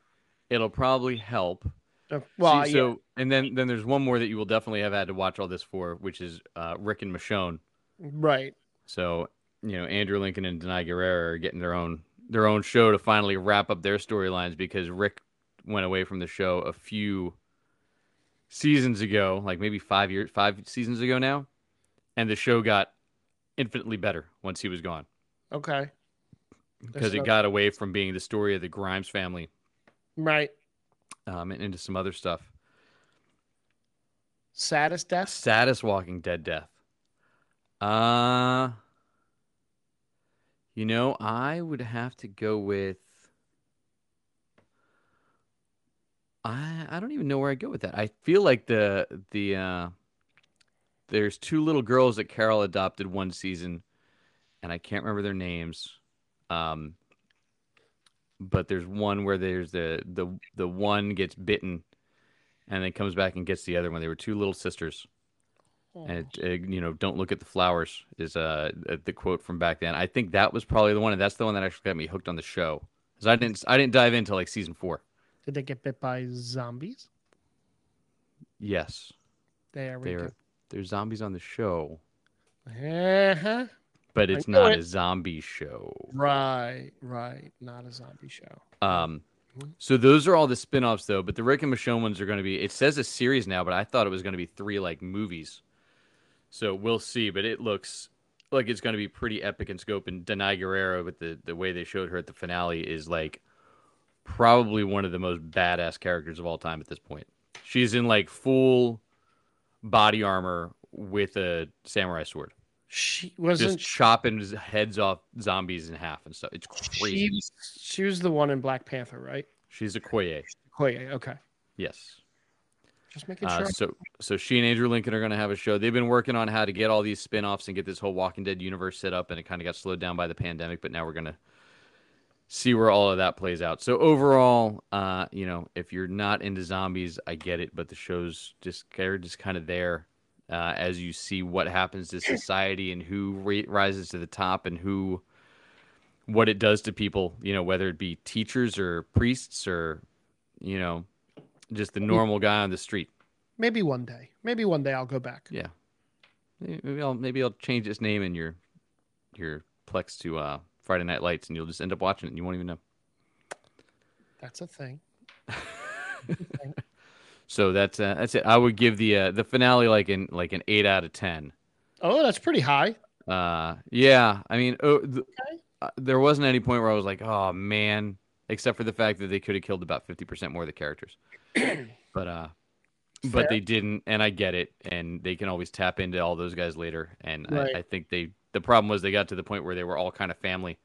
It'll probably help. Uh, Well, See, yeah. so and then then there's one more that you will definitely have had to watch all this for, which is uh, Rick and Michonne. right. So you know Andrew Lincoln and Denai Guerrero are getting their own their own show to finally wrap up their storylines because Rick went away from the show a few seasons ago, like maybe five years, five seasons ago now, and the show got infinitely better once he was gone Okay. because it another- got away from being the story of the Grimes family Right. um, and into some other stuff. Saddest death. Saddest Walking Dead death. Uh you know, I would have to go with I I don't even know where I go with that. I feel like the the uh there's two little girls that Carol adopted one season and I can't remember their names. Um but there's one where there's the the the one gets bitten and then comes back and gets the other one. They were two little sisters Oh, and it, uh, you know don't look at the flowers is uh uh, the quote from back then i think that was probably the one and that's the one that actually got me hooked on the show because i didn't i didn't dive into like season four Did they get bit by zombies? yes There we there go. there's zombies on the show Uh-huh. but it's knew not it. a zombie show Right, right. Not a zombie show. um Mhm. so those are all the spin-offs though but the rick and michonne ones are going to be it says a series now but i thought it was going to be three like movies so we'll see but it looks like it's going to be pretty epic in scope and Denai Guerrero with the the way they showed her at the finale is like probably one of the most badass characters of all time at this point. She's in like full body armor with a samurai sword. She Just wasn't chopping his heads off zombies in half and stuff. It's she, crazy. she was the one in Black Panther, right? She's a Koye. Koye, okay. Yes. Just making Oh, Uh, sure. so, so she and Andrew Lincoln are going to have a show. They've been working on how to get all these spin-offs and get this whole Walking Dead universe set up, and it kind of got slowed down by the pandemic. But now we're going to see where all of that plays out. So overall, uh, you know, if you're not into zombies, I get it, but the show's just they're just kind of there uh, as you see what happens to society and who ri- rises to the top and who what it does to people. You know, whether it be teachers or priests or you know, just the normal guy on the street. Maybe one day. Maybe one day I'll go back. Yeah. May- Maybe I'll maybe I'll change its name in your your Plex to uh, Friday Night Lights, and you'll just end up watching it, and you won't even know. That's a thing. So that's uh, that's it. I would give the uh, the finale like an like an eight out of ten. Oh, that's pretty high. Uh, yeah, I mean, oh, th- uh, there wasn't any point where I was like, oh man, except for the fact that they could have killed about fifty percent more of the characters. but uh, Fair. but they didn't, and I get it, and they can always tap into all those guys later. And Right. I, I think they the problem was they got to the point where they were all kind of family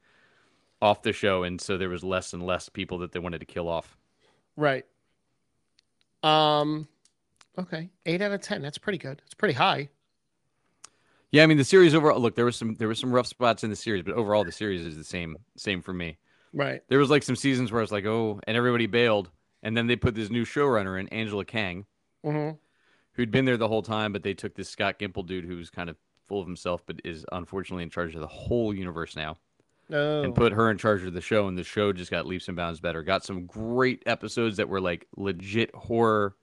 off the show, and so there was less and less people that they wanted to kill off. Right. Um okay. Eight out of ten. That's pretty good. It's pretty high. Yeah, I mean the series overall. Look, there was some there was some rough spots in the series, but overall the series is the same same for me. Right. There was like some seasons where it's like, oh, and everybody bailed, and then they put this new showrunner in Angela Kang, hmm who'd been there the whole time, but they took this Scott Gimple dude who was kind of full of himself, but is unfortunately in charge of the whole universe now. No. and put her in charge of the show, and the show just got leaps and bounds better. Got some great episodes that were like legit horror,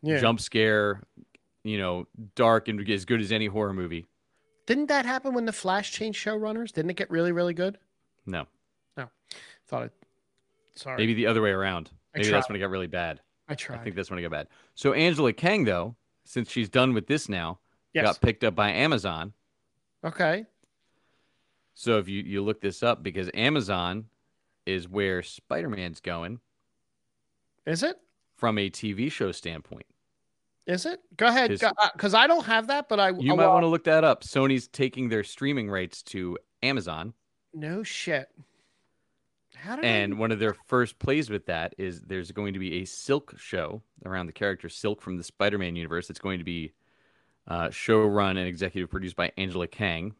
yeah. jump scare, you know, dark and as good as any horror movie. Didn't that happen when the Flash changed showrunners? Didn't it get really, really good? No, Thought it. Sorry, maybe the other way around. I Maybe that's tried. when it got really bad. I I tried. think that's when it got bad. So Angela Kang, though, since she's done with this now, yes. got picked up by Amazon. Okay. So if you, you look this up, because Amazon is where Spider Man's going Is it? from a TV show standpoint. Is it? Go ahead. His- Because I don't have that, but I. You might want to look that up. Sony's taking their streaming rights to Amazon. to. No shit. How did I... And one of their first plays with that is there's going to be a Silk show around the character Silk from the Spider Man universe. It's going to be uh, show run and executive produced by Angela Kang.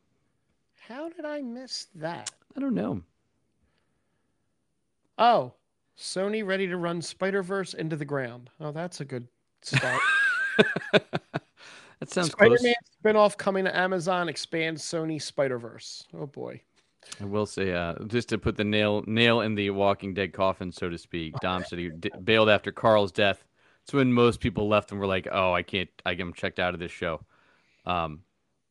How did I miss that? I don't know. Oh, Sony ready to run Spider Verse into the ground. Oh, that's a good start. that sounds Spider close. Man spinoff coming to Amazon expands Sony Spider Verse. Oh boy. I will say, uh, just to put the nail nail in the Walking Dead coffin, so to speak. Dom said he d- bailed after Carl's death. It's when most people left and were like, "Oh, I can't. I am checked out of this show." Um,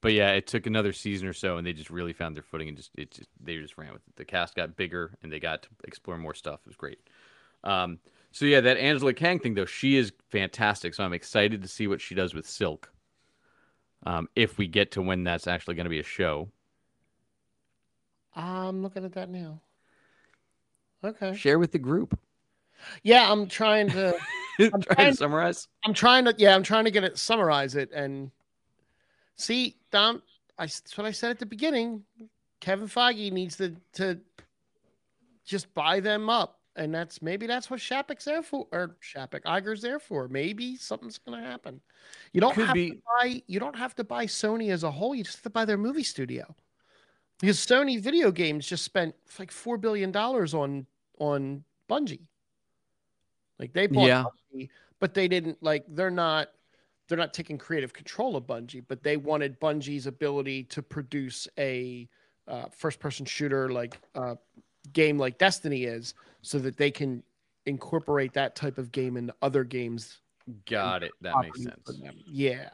but yeah, it took another season or so, and they just really found their footing and just it just they just ran with it. The cast got bigger, and they got to explore more stuff. It was great. Um, so yeah, that Angela Kang thing though, she is fantastic. So I'm excited to see what she does with Silk. Um, if we get to when that's actually going to be a show. I'm looking at that now. Okay. Share with the group. Yeah, I'm trying to Trying trying- to summarize. I'm trying to yeah, I'm trying to get it summarize it and see Dom I that's what I said at the beginning. Kevin Feige needs to to just buy them up. And that's maybe that's what Shapik's there for or Shapik Iger's there for. Maybe something's gonna happen. You don't Could have to be. buy you don't have to buy Sony as a whole, you just have to buy their movie studio. Because Sony video games just spent like four billion dollars on on Bungie. Like they bought Yeah. Bungie, but they didn't like they're not they're not taking creative control of Bungie, but they wanted Bungie's ability to produce a uh, first person shooter like uh, game like Destiny is, so that they can incorporate that type of game into other games Got it. That makes properties for sense. them. Yeah.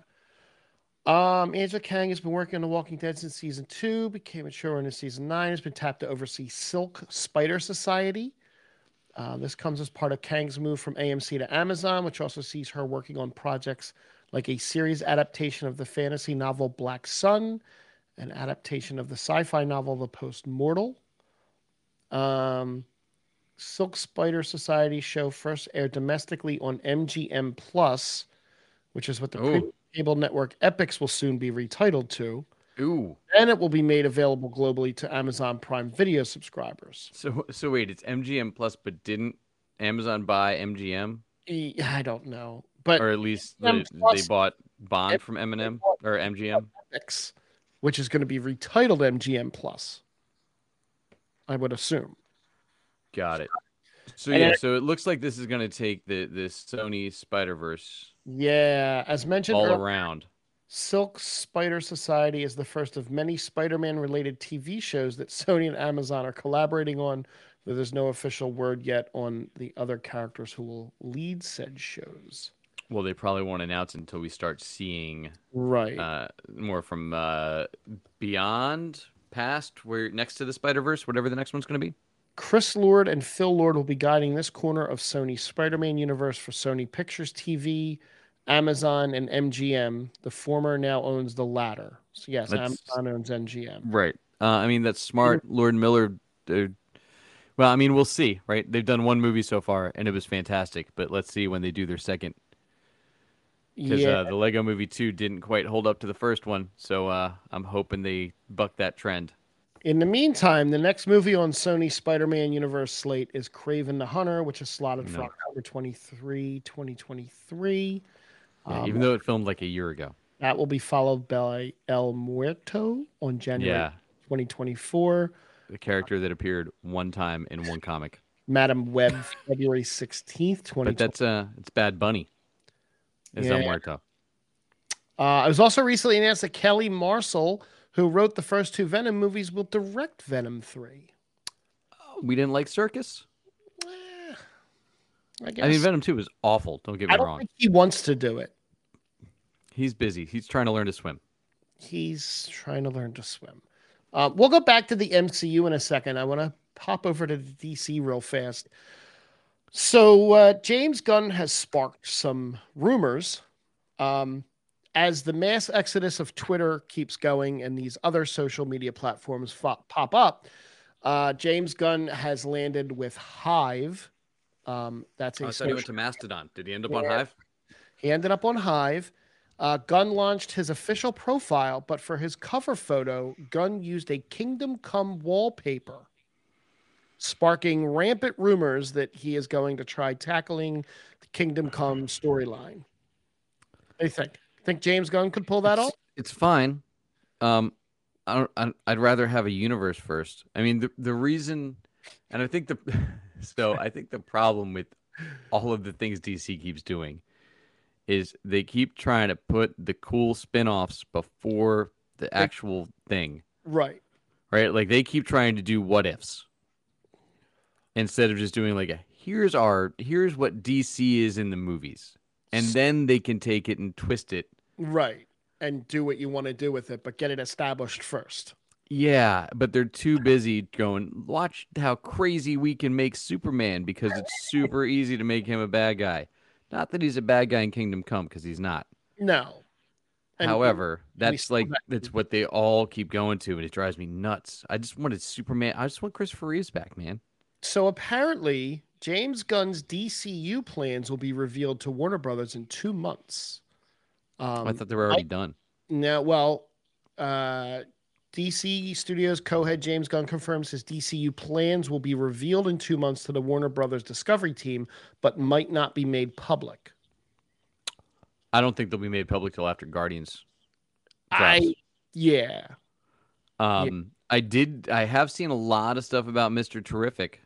Um, Angela Kang has been working on The Walking Dead since season two, became a showrunner in season nine, has been tapped to oversee Silk Spider Society. Uh, this comes as part of Kang's move from AMC to Amazon, which also sees her working on projects like a series adaptation of the fantasy novel Black Sun, an adaptation of the sci fi novel The Post Mortal. Um, Silk Spider Society show first aired domestically on MGM Plus, which is what the Oh. pre- cable network Epics will soon be retitled to. Ooh. And it will be made available globally to Amazon Prime Video subscribers. So so wait, it's MGM Plus, but didn't Amazon buy MGM, E- I don't know, but or at least MGM the, Plus- they bought Em- Bond from Eminem or MGM? Epics, which is going to be retitled MGM Plus, I would assume. Got it. So And yeah, then- so it looks like this is gonna take the the Sony Spider Verse Yeah, as mentioned all earlier, around. Silk Spider Society is the first of many Spider Man related TV shows that Sony and Amazon are collaborating on, though there's no official word yet on the other characters who will lead said shows. Well, they probably won't announce until we start seeing Right. uh, more from uh, beyond, past, where next to the Spider Verse, whatever the next one's gonna be. Chris Lord and Phil Lord will be guiding this corner of Sony's Spider Man universe for Sony Pictures TV, Amazon, and MGM. The former now owns the latter. So, yes, That's- Amazon owns MGM. Right. Uh, I mean, that's smart. Lord Miller. Uh, well, I mean, we'll see, right? They've done one movie so far, and it was fantastic. But let's see when they do their second, because Yeah. uh, the Lego Movie Two didn't quite hold up to the first one. So uh, I'm hoping they buck that trend. In the meantime, the next movie on Sony's Spider Man universe slate is Craven the Hunter, which is slotted for No. October 23, 2023. Yeah, Um, even though it filmed like a year ago. that will be followed by El Muerto on January Yeah, 2024. the character that appeared one time in one comic. Madam Web, February 16th, 2024. But that's uh, it's Bad Bunny. Is Yeah. El Muerto. Uh, it was also recently announced that Kelly Marcel, who wrote the first two Venom movies, will direct Venom 3. We didn't like Circus. Eh, I guess. I mean, Venom Two was awful. Don't get me I don't wrong. think he wants to do it. He's busy. He's trying to learn to swim. He's trying to learn to swim. Uh, we'll go back to the MCU in a second. I want to pop over to the DC real fast. So uh, James Gunn has sparked some rumors um, as the mass exodus of Twitter keeps going and these other social media platforms fo- pop up. Uh, James Gunn has landed with Hive. Um, that's a Oh, I thought he social- went to Mastodon. Did he end up on on Yeah. Hive? he ended up on Hive. Uh, Gunn launched his official profile, but for his cover photo, Gunn used a Kingdom Come wallpaper, sparking rampant rumors that he is going to try tackling the Kingdom Come storyline. What do you think? Think James Gunn could pull that off? It's fine. Um, I don't. I, I'd rather have a universe first. I mean, the the reason, and I think the so I think the problem with all of the things DC keeps doing is they keep trying to put the cool spin-offs before the actual thing, Right. right? Like they keep trying to do what ifs instead of just doing like a here's our here's what DC is in the movies, and then they can take it and twist it Right. And do what you want to do with it, but get it established first. Yeah, but they're too busy going, watch how crazy we can make Superman because it's super easy to make him a bad guy. Not that he's a bad guy in Kingdom Come because he's not. No. And- However, that's still like have- that's what they all keep going to, and it drives me nuts. I just wanted Superman. I just want Christopher Reeves back, man. So apparently, James Gunn's DCU plans will be revealed to Warner Brothers in two months. Um, I thought they were already done. now, well, uh, DC Studios co-head James Gunn confirms his DCU plans will be revealed in two months to the Warner Brothers Discovery team, but might not be made public. I don't think they'll be made public till after Guardians. drops. I, yeah, um, I did. I have seen a lot of stuff about Mister Terrific.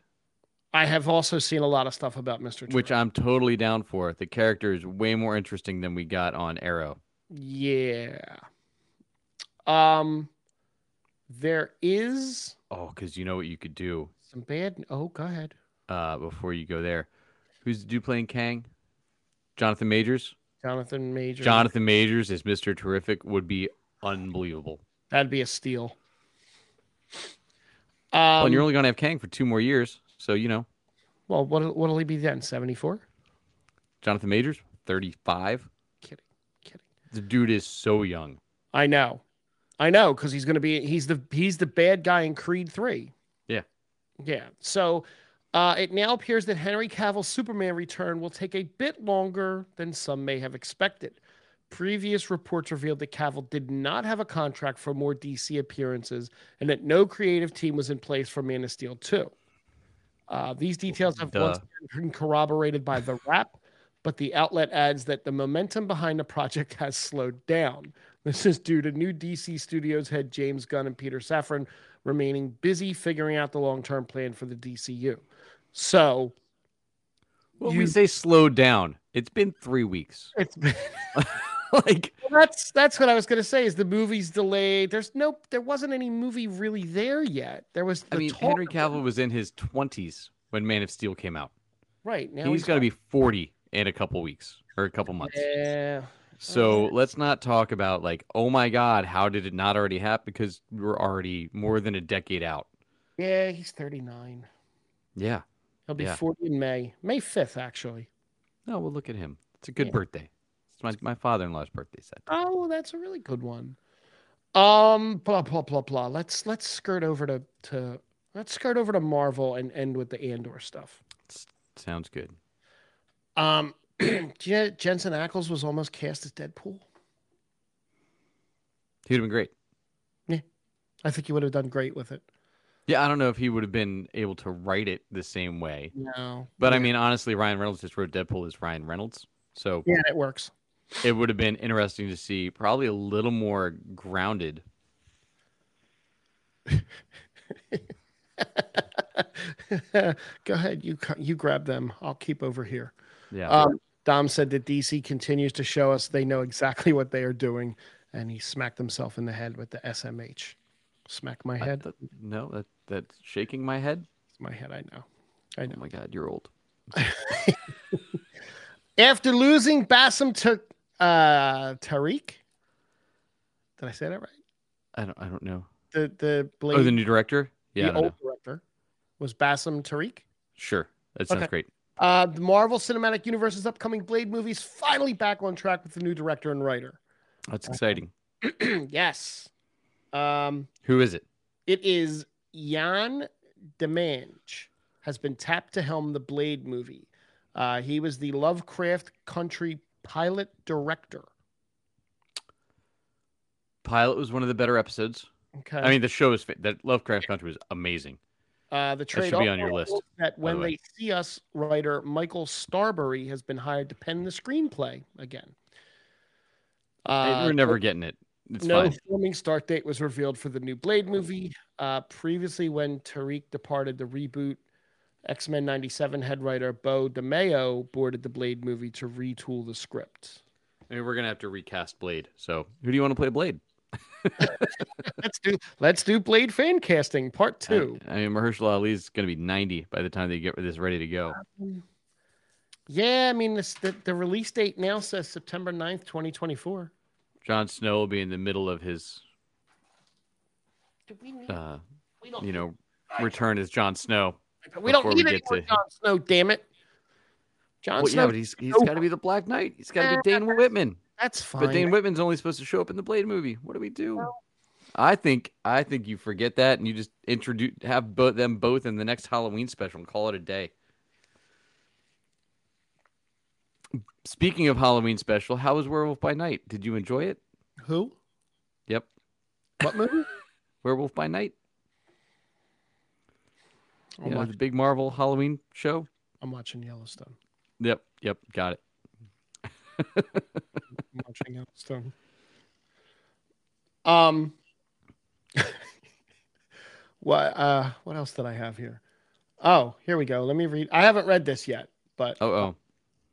I have also seen a lot of stuff about Mister. which I'm totally down for. The character is way more interesting than we got on Arrow. yeah, um, there is Oh, because you know what you could do some bad. Oh, go ahead. uh, before you go there. Who's the dude playing Kang? Jonathan Majors. Jonathan Major. Jonathan Majors as Mister Terrific would be unbelievable. That'd be a steal. well, Um, and you're only gonna have Kang for two more years, so you know well, what what'll he be then? Seventy four. Jonathan Majors, 35. Kidding, kidding. The dude is so young. I know, I know, because he's gonna be he's the he's the bad guy in Creed three. Yeah. yeah. So uh, it now appears that Henry Cavill's Superman return will take a bit longer than some may have expected. Previous reports revealed that Cavill did not have a contract for more DC appearances, and that no creative team was in place for Man of Steel two. Uh, these details have once Duh. been corroborated by The Wrap, but the outlet adds that the momentum behind the project has slowed down. This is due to new DC Studios head James Gunn and Peter Safran remaining busy figuring out the long term plan for the DCU. So Well, You- we say slow down. It's been three weeks. it's been, like that's that's what I was gonna say is the movie's delayed. There's no there wasn't any movie really there yet. There was I the mean, talk Henry of- Cavill was in his 20s when Man of Steel came out. right now he's going to be 40 in a couple weeks or a couple months. yeah So let's not talk about like, oh my God, how did it not already happen? Because we're already more than a decade out. yeah he's thirty nine. Yeah. He'll be Yeah. 40 in May, May 5th, actually. No, well, look at him. It's a good Yeah. birthday. It's my, my father in law's birthday set. Oh, that's a really good one. Um, blah blah blah blah. Let's let's skirt over to to let's skirt over to Marvel and end with the Andor stuff. Sounds good. Um, do you know that Jensen Ackles was almost cast as Deadpool? He would have been great. I think he would have done great with it. Yeah, I don't know if he would have been able to write it the same way. No, But I mean, honestly, Ryan Reynolds just wrote Deadpool as Ryan Reynolds. So yeah, it works. it would have been interesting to see probably a little more grounded. Go ahead, you cu- you grab them. I'll keep over here. Yeah. Um, Dom said that DC continues to show us they know exactly what they are doing and he smacked himself in the head with the SMH. Smack my I- head. that- no, that that's shaking my head. It's my head. I know. I know. Oh my god, you're old. After losing Bassam to uh, Tariq, did I say that right? I don't. I don't know. The the blade, Oh, the new director. Yeah, I the don't old know. director was Bassam Tariq. Sure, that sounds Okay. great. Uh, the Marvel Cinematic Universe's upcoming Blade movies finally back on track with the new director and writer. That's exciting. yes, um, Who is it? it is Jan Demange has been tapped to helm the Blade movie. Uh, he was the Lovecraft Country pilot director. Pilot was one of the better episodes. Okay, I mean, the show is fa- that Lovecraft Country was amazing. Uh, the should trade be also on your list, reveals That when the they way. see us, writer Michael Starbury has been hired to pen the screenplay again. I- Uh, We're never getting it. It's no fine. filming start date was revealed for the new Blade movie. Uh, previously, when Tariq departed the reboot, X Men '97 head writer Bo DeMeo boarded the Blade movie to retool the script. I mean, we're gonna have to recast Blade. So, who do you want to play Blade? Let's do let's do Blade fan casting part I- two. I, mean, Mahershala Ali is gonna be 90 by the time they get this ready to go. Uh, Yeah, I mean this, the the release date now says September 9th, 2024. Jon Snow will be in the middle of his, uh, you know, return as Jon Snow. We don't before need we any get more to- Jon Snow, damn it. Jon Well, Snow, yeah, but he's he's Snow. got to be the Black Knight. He's got to be Dane Whitman. that's fine. But Dane Whitman's only supposed to show up in the Blade movie. What do we do? I think I think you forget that and you just introduce have both them both in the next Halloween special and call it a day. Speaking of Halloween special, how was Werewolf by Night? Did you enjoy it? Who? Yep. What movie? Werewolf by Night. I'm, You know, watch- the big Marvel Halloween show. I'm watching Yellowstone. Yep. Yep. Got it. I'm watching Yellowstone. Um, what? Uh, what else did I have here? Oh, here we go. Let me read. I haven't read this yet, but Oh oh.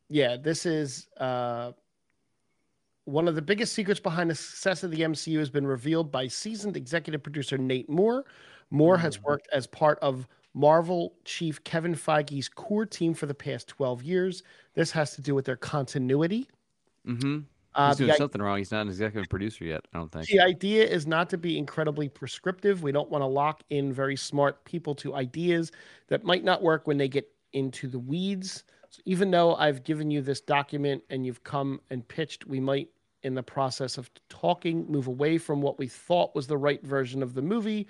yeah, this is uh, one of the biggest secrets behind the success of the MCU has been revealed by seasoned executive producer Nate Moore. Moore has worked as part of Marvel chief Kevin Feige's core team for the past 12 years. This has to do with their continuity. Mm-hmm. Uh, He's doing the something wrong. He's not an executive producer yet, I don't think. The idea is not to be incredibly prescriptive. We don't want to lock in very smart people to ideas that might not work when they get into the weeds. So even though I've given you this document and you've come and pitched, we might, in the process of talking, move away from what we thought was the right version of the movie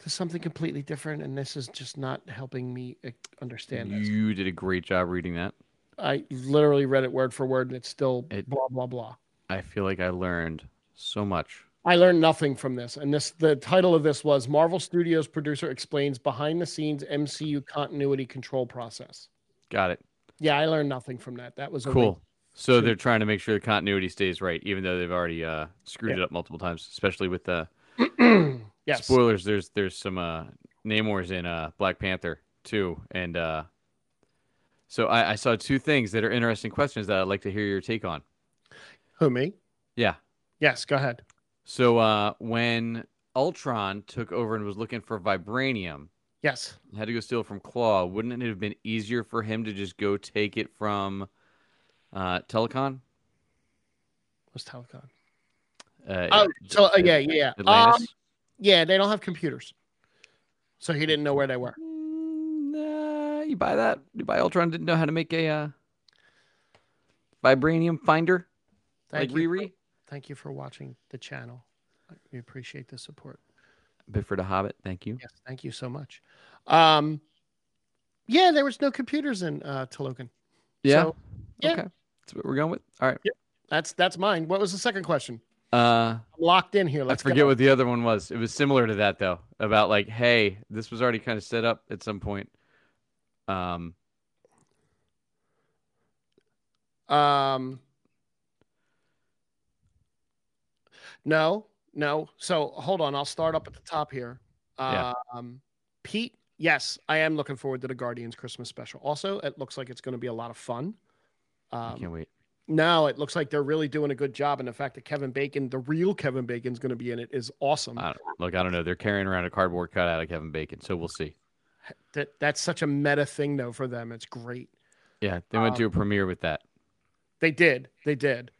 to something completely different. And this is just not helping me uh, understand this. You did a great job reading that. I literally read it word for word, and it's still It- blah blah blah. I feel like I learned so much. I learned nothing from this. And this the title of this was Marvel Studios producer explains behind the scenes MCU continuity control process. Got it. Yeah, I learned nothing from that. That was a Cool. So should- they're trying to make sure the continuity stays right, even though they've already uh, screwed it up multiple times, especially with the re- yes. spoilers. There's there's some uh, Namor's in uh, Black Panther too, and uh, so I, I saw two things that are interesting questions that I'd like to hear your take on. Who me? Yeah. Yes, go ahead. So uh, when Ultron took over and was looking for vibranium, Yes. had to go steal from Claw. Wouldn't it have been easier for him to just go take it from uh, Telecon? Was Telecon. Uh, Oh, so uh, At- yeah, yeah, yeah. Um, Atlantis. yeah, they don't have computers. So he didn't know where they were. Mm, uh, you buy that? You buy Ultron didn't know how to make a uh, vibranium finder Thank like you. for- Riri? Thank you for watching the channel. We appreciate the support. Biford a Hobbit, thank you. Yes, thank you so much. Um yeah, there was no computers in uh Telokan. Yeah. So, yeah. Okay. That's what we're going with. All right. That's that's mine. What was the second question? Uh, I'm locked in here. I Let's forget go. what the other one was. It was similar to that though, about like, hey, this was already kind of set up at some point. Um, Um, no, no. So hold on. I'll start up at the top here. Yeah. Um, Pete. Yes, I am looking forward to the Guardians Christmas special. Also, it looks like it's going to be a lot of fun. I can't Um, wait. now it looks like they're really doing a good job, and the fact that Kevin Bacon, the real Kevin Bacon's going to be in it, is awesome. I don't, look, I don't know. They're carrying around a cardboard cutout of Kevin Bacon, so we'll see. that that's such a meta thing though for them. It's great. Yeah, they went Um, to a premiere with that. They did. They did.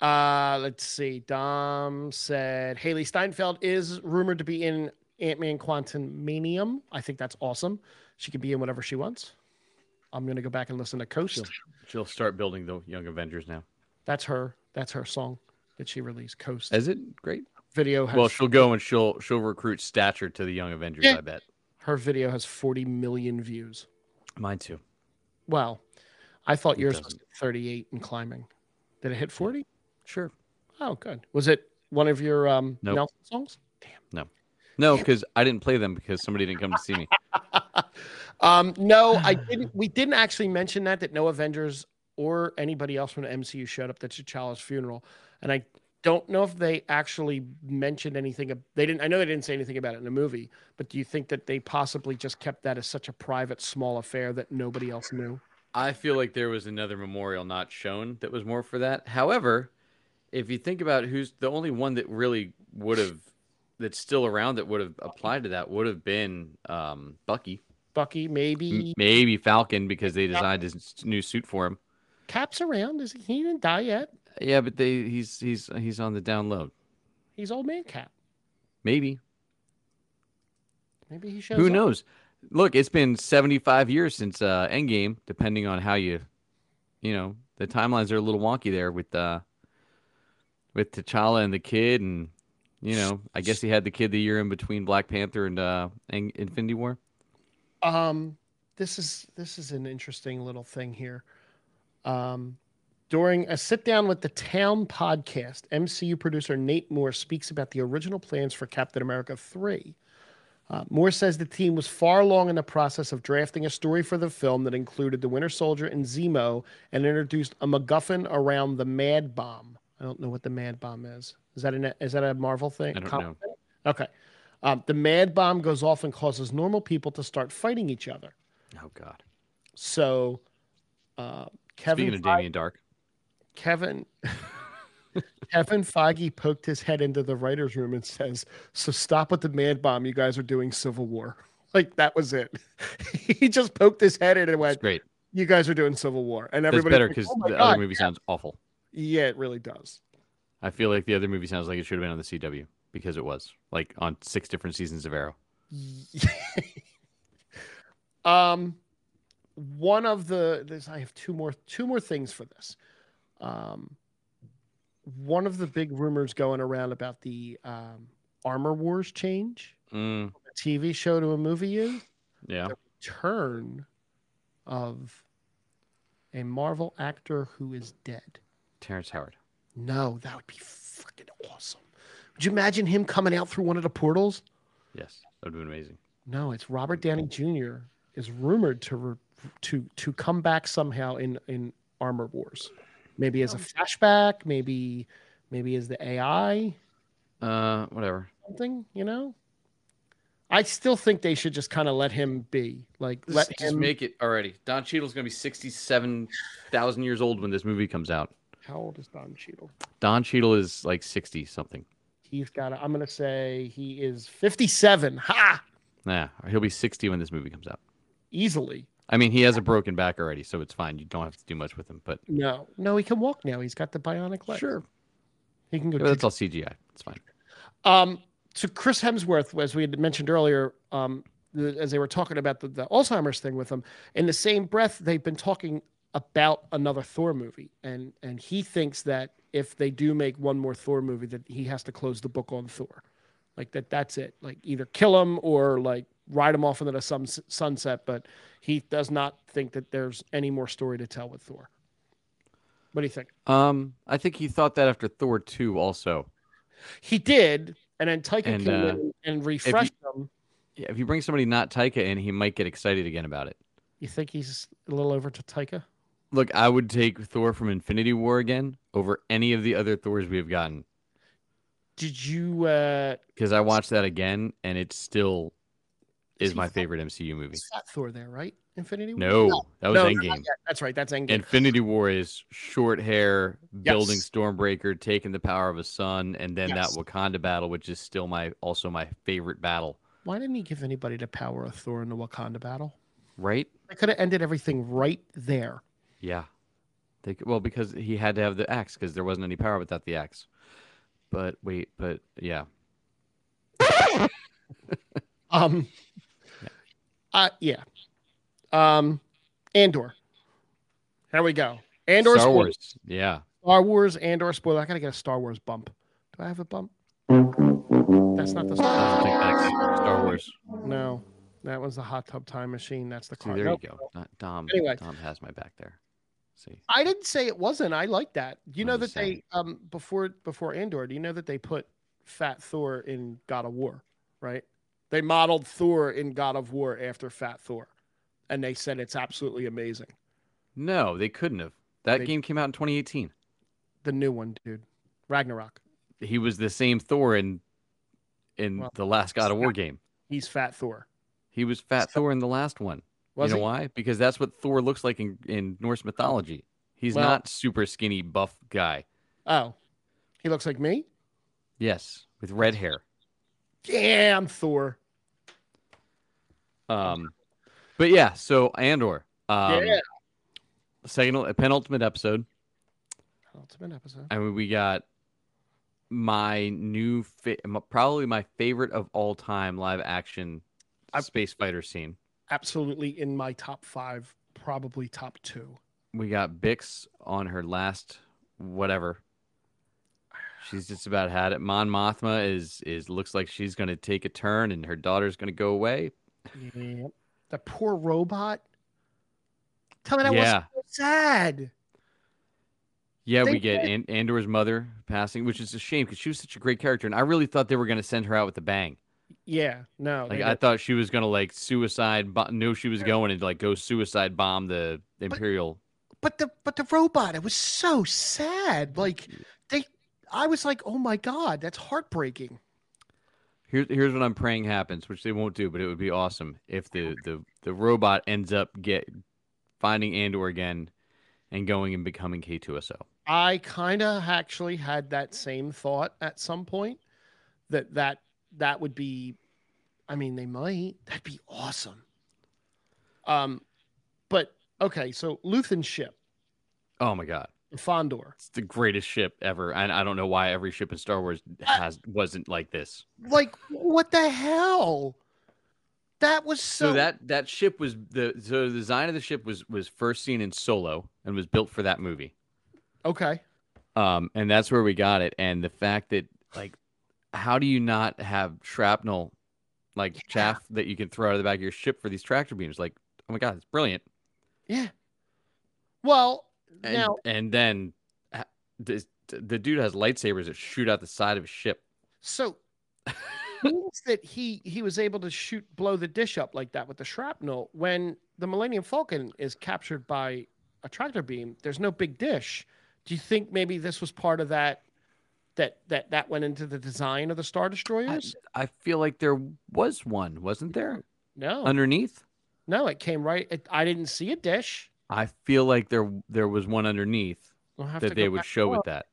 Uh, let's see. Dom said Haley Steinfeld is rumored to be in Ant Man Quantum Manium. I think that's awesome. She can be in whatever she wants. I'm gonna go back and listen to Coast. She'll start building the Young Avengers now. That's her. That's her song that she released. Coast Is it great? video. Has, Well, she'll go and she'll she'll recruit stature to the Young Avengers. Yeah. I bet. her video has 40 million views. Mine too. Wow. I thought It yours was doesn't. 38 and climbing. Did it hit 40? Sure. Oh, good. Was it one of your um, Nope. Nelson songs? No, because I didn't play them because somebody didn't come to see me. um, no, I didn't. We didn't actually mention that that no Avengers or anybody else from the MCU showed up to T'Challa's funeral, and I don't know if they actually mentioned anything. ab- They didn't. I know they didn't say anything about it in the movie, but do you think that they possibly just kept that as such a private, small affair that nobody else knew? I feel like there was another memorial not shown that was more for that. However, if you think about who's the only one that really would have that's still around that would have applied to that would have been um, Bucky, Bucky, M- maybe maybe Falcon because they designed his new suit for him. Cap's around. Is he, he didn't die yet? Yeah, but they he's he's he's on the down low. He's old man Cap. Maybe Maybe he shows. who up. knows? Look, it's been 75 years since uh, Endgame. Depending on how you, you know, the timelines are a little wonky there with uh, with T'Challa and the kid, and you know, I guess he had the kid the year in between Black Panther and uh, and Infinity War. Um, this is this is an interesting little thing here. Um, during a sit down with the Town podcast, MCU producer Nate Moore speaks about the original plans for Captain America three. Uh, Moore says the team was far along in the process of drafting a story for the film that included the Winter Soldier and Zemo, and introduced a MacGuffin around the Mad Bomb. I don't know what the Mad Bomb is. Is that an is that a Marvel thing? I don't Com- know. Okay. Um, the mad bomb goes off and causes normal people to start fighting each other. Oh God! So, uh, Kevin, Speaking of Damien Dark, Kevin, Kevin Feige poked his head into the writers' room and says, "So stop with the mad bomb. You guys are doing civil war." Like that was it. he just poked his head in and it's went, great. "You guys are doing civil war," and That's everybody better because oh my the God." other movie sounds awful. Yeah, it really does. I feel like the other movie sounds like it should have been on the CW because it was like on six different seasons of Arrow. um one of the this i have two more two more things for this um one of the big rumors going around about the um armor wars change Mm, from a tv show to a movie is yeah, turn of a marvel actor who is dead Terrence Howard. no that would be freaking awesome would you imagine him coming out through one of the portals Yes, that would have been amazing. No, it's Robert Downey Jr. is rumored to re- to to come back somehow in in Armor Wars, maybe Oh. as a flashback, maybe maybe as the AI Uh, whatever. something. You know, I still think they should just kind of let him be. Like Let let just him. make it already. Don Cheadle's gonna be sixty-seven thousand years old when this movie comes out. How old is Don Cheadle? Don Cheadle is like sixty something. He's got. I'm gonna say he is 57. Ha! Nah, he'll be sixty when this movie comes out. Easily. I mean, he has a broken back already, so it's fine. You don't have to do much with him, but No, no, he can walk now. He's got the bionic leg. sure, he can go. Yeah, but that's all CGI. It's fine. Um, so Chris Hemsworth, as we had mentioned earlier, um, the, as they were talking about the, the Alzheimer's thing with him, in the same breath, they've been talking about another Thor movie, and and he thinks that if they do make one more Thor movie, that he has to close the book on Thor, like that. That's it. Like either kill him or like ride him off into the sun, sunset. But he does not think that there's any more story to tell with Thor. What do you think? Um, I think he thought that after Thor two. Also, He did, and then Taika And, came uh, in and refreshed him. yeah, if you bring somebody not Taika in, he might get excited again about it. You think he's a little over to Taika? Look, I would take Thor from Infinity War again over any of the other Thors we have gotten. Did you? uh because I watched that again and it's still is he my Thor? favorite MCU movie. It's not Thor there, right? Infinity War. No, that was No, no, Endgame. Yeah, that's right. That's Endgame. Infinity War is short hair, building Yes. Stormbreaker, taking the power of a sun, and then Yes. that Wakanda battle, which is still my also my favorite battle. Why didn't he give anybody the power of Thor in the Wakanda battle? Right? They could have ended everything right there. Yeah. They, c- well, because he had to have the axe, because there wasn't any power without the axe. But wait, but yeah, Um, uh, yeah. Um, Andor. Here we go. Andor Star spoiler- Wars. Yeah, Star Wars Andor spoiler. I gotta get a Star Wars bump. Do I have a bump? That's not the I Star. don't think that's Star Wars. No, that was the hot tub time machine. That's the Uh. See, car. there Nope. you go. Not, Dom. Anyway. Dom has my back there. See, I didn't say it wasn't. I like that. You I'm know that just saying. they um before before Andor. Do you know that they put Fat Thor in God of War? Right. They modeled Thor in God of War after Fat Thor, and they said it's absolutely amazing. no, they couldn't have. That They- game came out in 2018. The new one, dude. Ragnarok. He was the same Thor in in Well, the last God of War game. He's Fat Thor. He was Fat Thor in the last one. Was you know he? why? Because that's what Thor looks like in, in Norse mythology. He's Well- not super skinny buff guy. Oh, he looks like me. Yes, with red hair. Damn, Thor. Um, but yeah, so Andor. Um, yeah. Second penultimate episode. Ultimate episode. I mean, we got my new, fa- my- probably my favorite of all time live action I- space fighter scene. Absolutely in my top five, probably top two. We got Bix on her last whatever. She's just about had it. Mon Mothma is is looks like she's gonna take a turn, and her daughter's gonna go away. Yeah. The poor robot. Tell me that yeah, was so sad. yeah. they We get An- Andor's mother passing, which is a shame because she was such a great character, and I really thought they were gonna send her out with a bang. Yeah. No. Like they I didn't. thought she was gonna like suicide, bo- knew she was going and like go suicide bomb the Imperial. but the but the robot, it was so sad. Like they I was like, oh my God, that's heartbreaking. Here's here's what I'm praying happens, which they won't do, but it would be awesome if the the the robot ends up get finding Andor again and going and becoming K2SO. I kind of actually had that same thought at some point that that that would be I mean they might that'd be awesome. Um but okay, so Luthen ship, Oh my god. Fondor. It's the greatest ship ever. And I don't know why every ship in Star Wars has wasn't like this. Like what the hell? That was so, So, that that ship was the so the design of the ship was was first seen in Solo and was built for that movie. okay. um, and that's where we got it. And the fact that like, how do you not have shrapnel, like Yeah. chaff that you can throw out of the back of your ship for these tractor beams? Like, oh my god, it's brilliant. Yeah. Well, And now and then ha- this, the dude has lightsabers that shoot out the side of a ship. so means that he he was able to shoot blow the dish up like that with the shrapnel when the Millennium Falcon is captured by a tractor beam. There's no big dish. Do you think maybe this was part of that that that that went into the design of the Star I, Destroyers? I feel like there was one, wasn't there? no, Underneath. no, it came right. It, I didn't see a dish. I feel like there there was one underneath I'll have to that they go would back show and with look. that.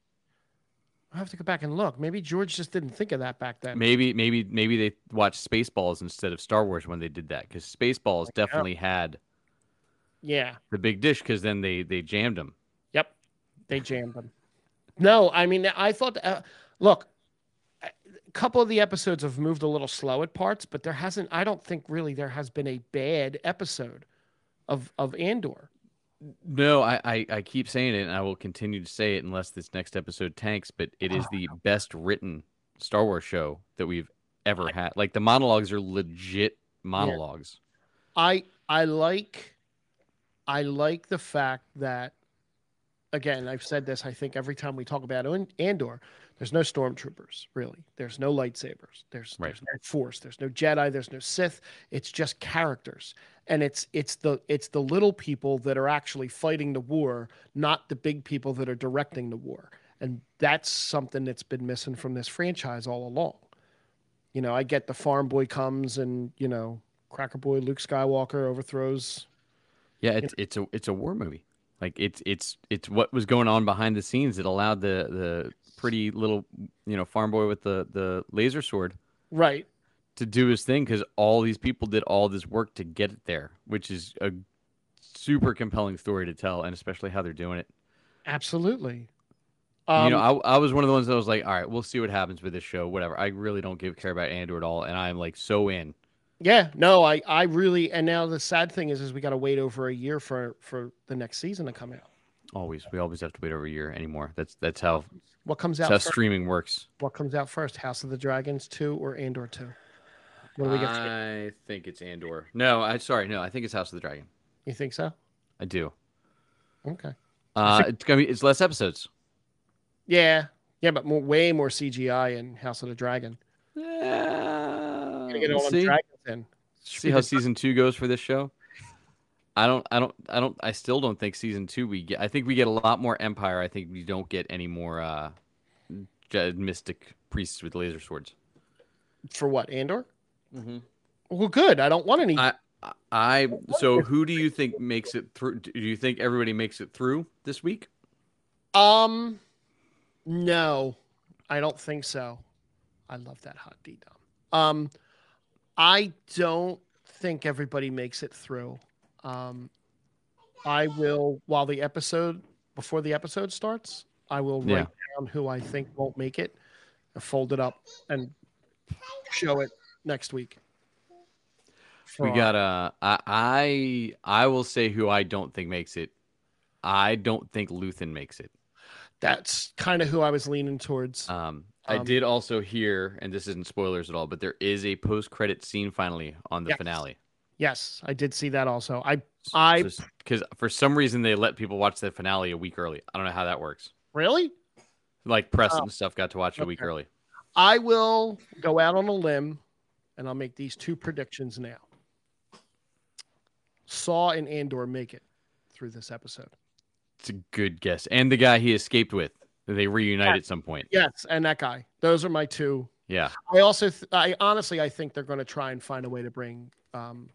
I'll have to go back and look. Maybe George just didn't think of that back then. Maybe, maybe, maybe they watched Spaceballs instead of Star Wars when they did that because Spaceballs definitely had Yeah. the big dish because then they they jammed them. Yep, they jammed them. No, I mean, I thought. Uh, look, a couple of the episodes have moved a little slow at parts, but there hasn't. I don't think really there has been a bad episode of of Andor. No, I, I I keep saying it, and I will continue to say it unless this next episode tanks. But it is the best written Star Wars show that we've ever had. Like the monologues are legit monologues. I I like, I like the fact that, again, I've said this. I think every time we talk about An- Andor, there's no stormtroopers really. There's no lightsabers. There's Right. there's no Force. There's no Jedi. There's no Sith. It's just characters, and it's it's the it's the little people that are actually fighting the war, not the big people that are directing the war. And that's something that's been missing from this franchise all along. You know, I get the farm boy comes and you know Cracker Boy, Luke Skywalker overthrows. Yeah, it's it's a it's a war movie. Like it's it's it's what was going on behind the scenes that allowed the the pretty little you know farm boy with the the laser sword Right. to do his thing because all these people did all this work to get it there, which is a super compelling story to tell, and especially how they're doing it. Absolutely. Um, you know, I, I was one of the ones that was like, all right, we'll see what happens with this show, whatever. I really don't give care about Andor at all, and I'm like so in. yeah. No, I, I really. And now the sad thing is, is we got to wait over a year for for the next season to come out. Always, we always have to wait over a year anymore. That's that's how, What comes that's out? how first? streaming works. What comes out first? House of the Dragons two or Andor two? What do we get? to- I think it's Andor. No, I sorry, no, I think it's House of the Dragon. you think so? I do. Okay. Uh, it's gonna be it's less episodes. Yeah. Yeah, but more, way more CGI in House of the Dragon. Yeah. Gonna get all them see, dragons in. see how season two goes for this show. I don't, I don't, I don't, I still don't think season two we get. I think we get a lot more Empire. I think we don't get any more uh, j- mystic priests with laser swords. for what? Andor? Well, good. I don't want any. I, I, so who do you think makes it through? Do you think everybody makes it through this week? um, no, I don't think so. I love that hot D dom. Um, I don't think everybody makes it through. Um, I will while the episode before the episode starts, I will write Yeah. down who I think won't make it, and fold it up, and show it next week. We For- got uh, I, I, I will say who I don't think makes it. I don't think Luthen makes it. that's kind of who I was leaning towards. Um, I Um, did also hear, and this isn't spoilers at all, but there is a post-credit scene finally on the Yes. finale. Yes, I did see that also. I I because for some reason they let people watch the finale a week early. I don't know how that works. really Like press Oh. and stuff got to watch it a week Okay. early. I will go out on a limb and I'll make these two predictions now. Saw and Andor make it through this episode. It's a good guess. And the guy he escaped with, they reunite at some point. Yes, and that guy. Those are my two. Yeah, I also th- I honestly I think they're going to try and find a way to bring um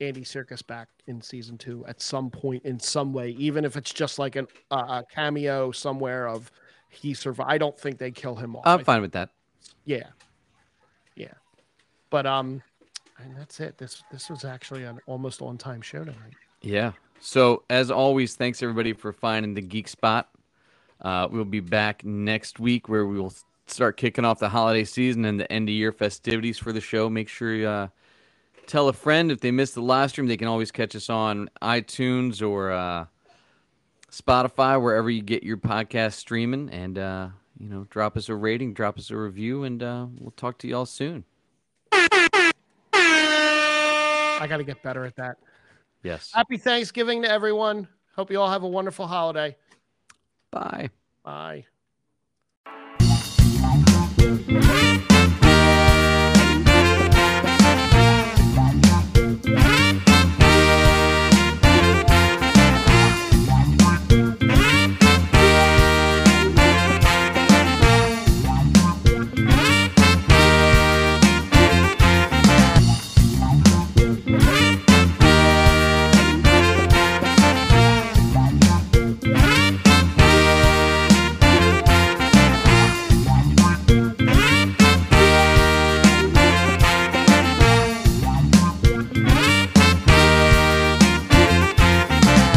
Andy Circus back in season 2 at some point in some way even if it's just like an uh, a cameo somewhere of he survived. I don't think they kill him off. Oh, I I'm fine with that. Yeah. Yeah. But um and that's it. This this was actually an almost on time show tonight. Yeah. So as always, thanks everybody for finding the geek spot. Uh, we'll be back next week where we will start kicking off the holiday season and the end of year festivities for the show. Make sure you uh, tell a friend if they missed the live stream. They can always catch us on iTunes or uh, Spotify, wherever you get your podcast streaming, and uh, you know, drop us a rating, drop us a review, and uh, we'll talk to y'all soon. I got to get better at that. Yes. Happy Thanksgiving to everyone. Hope you all have a wonderful holiday. Bye. Bye. Thank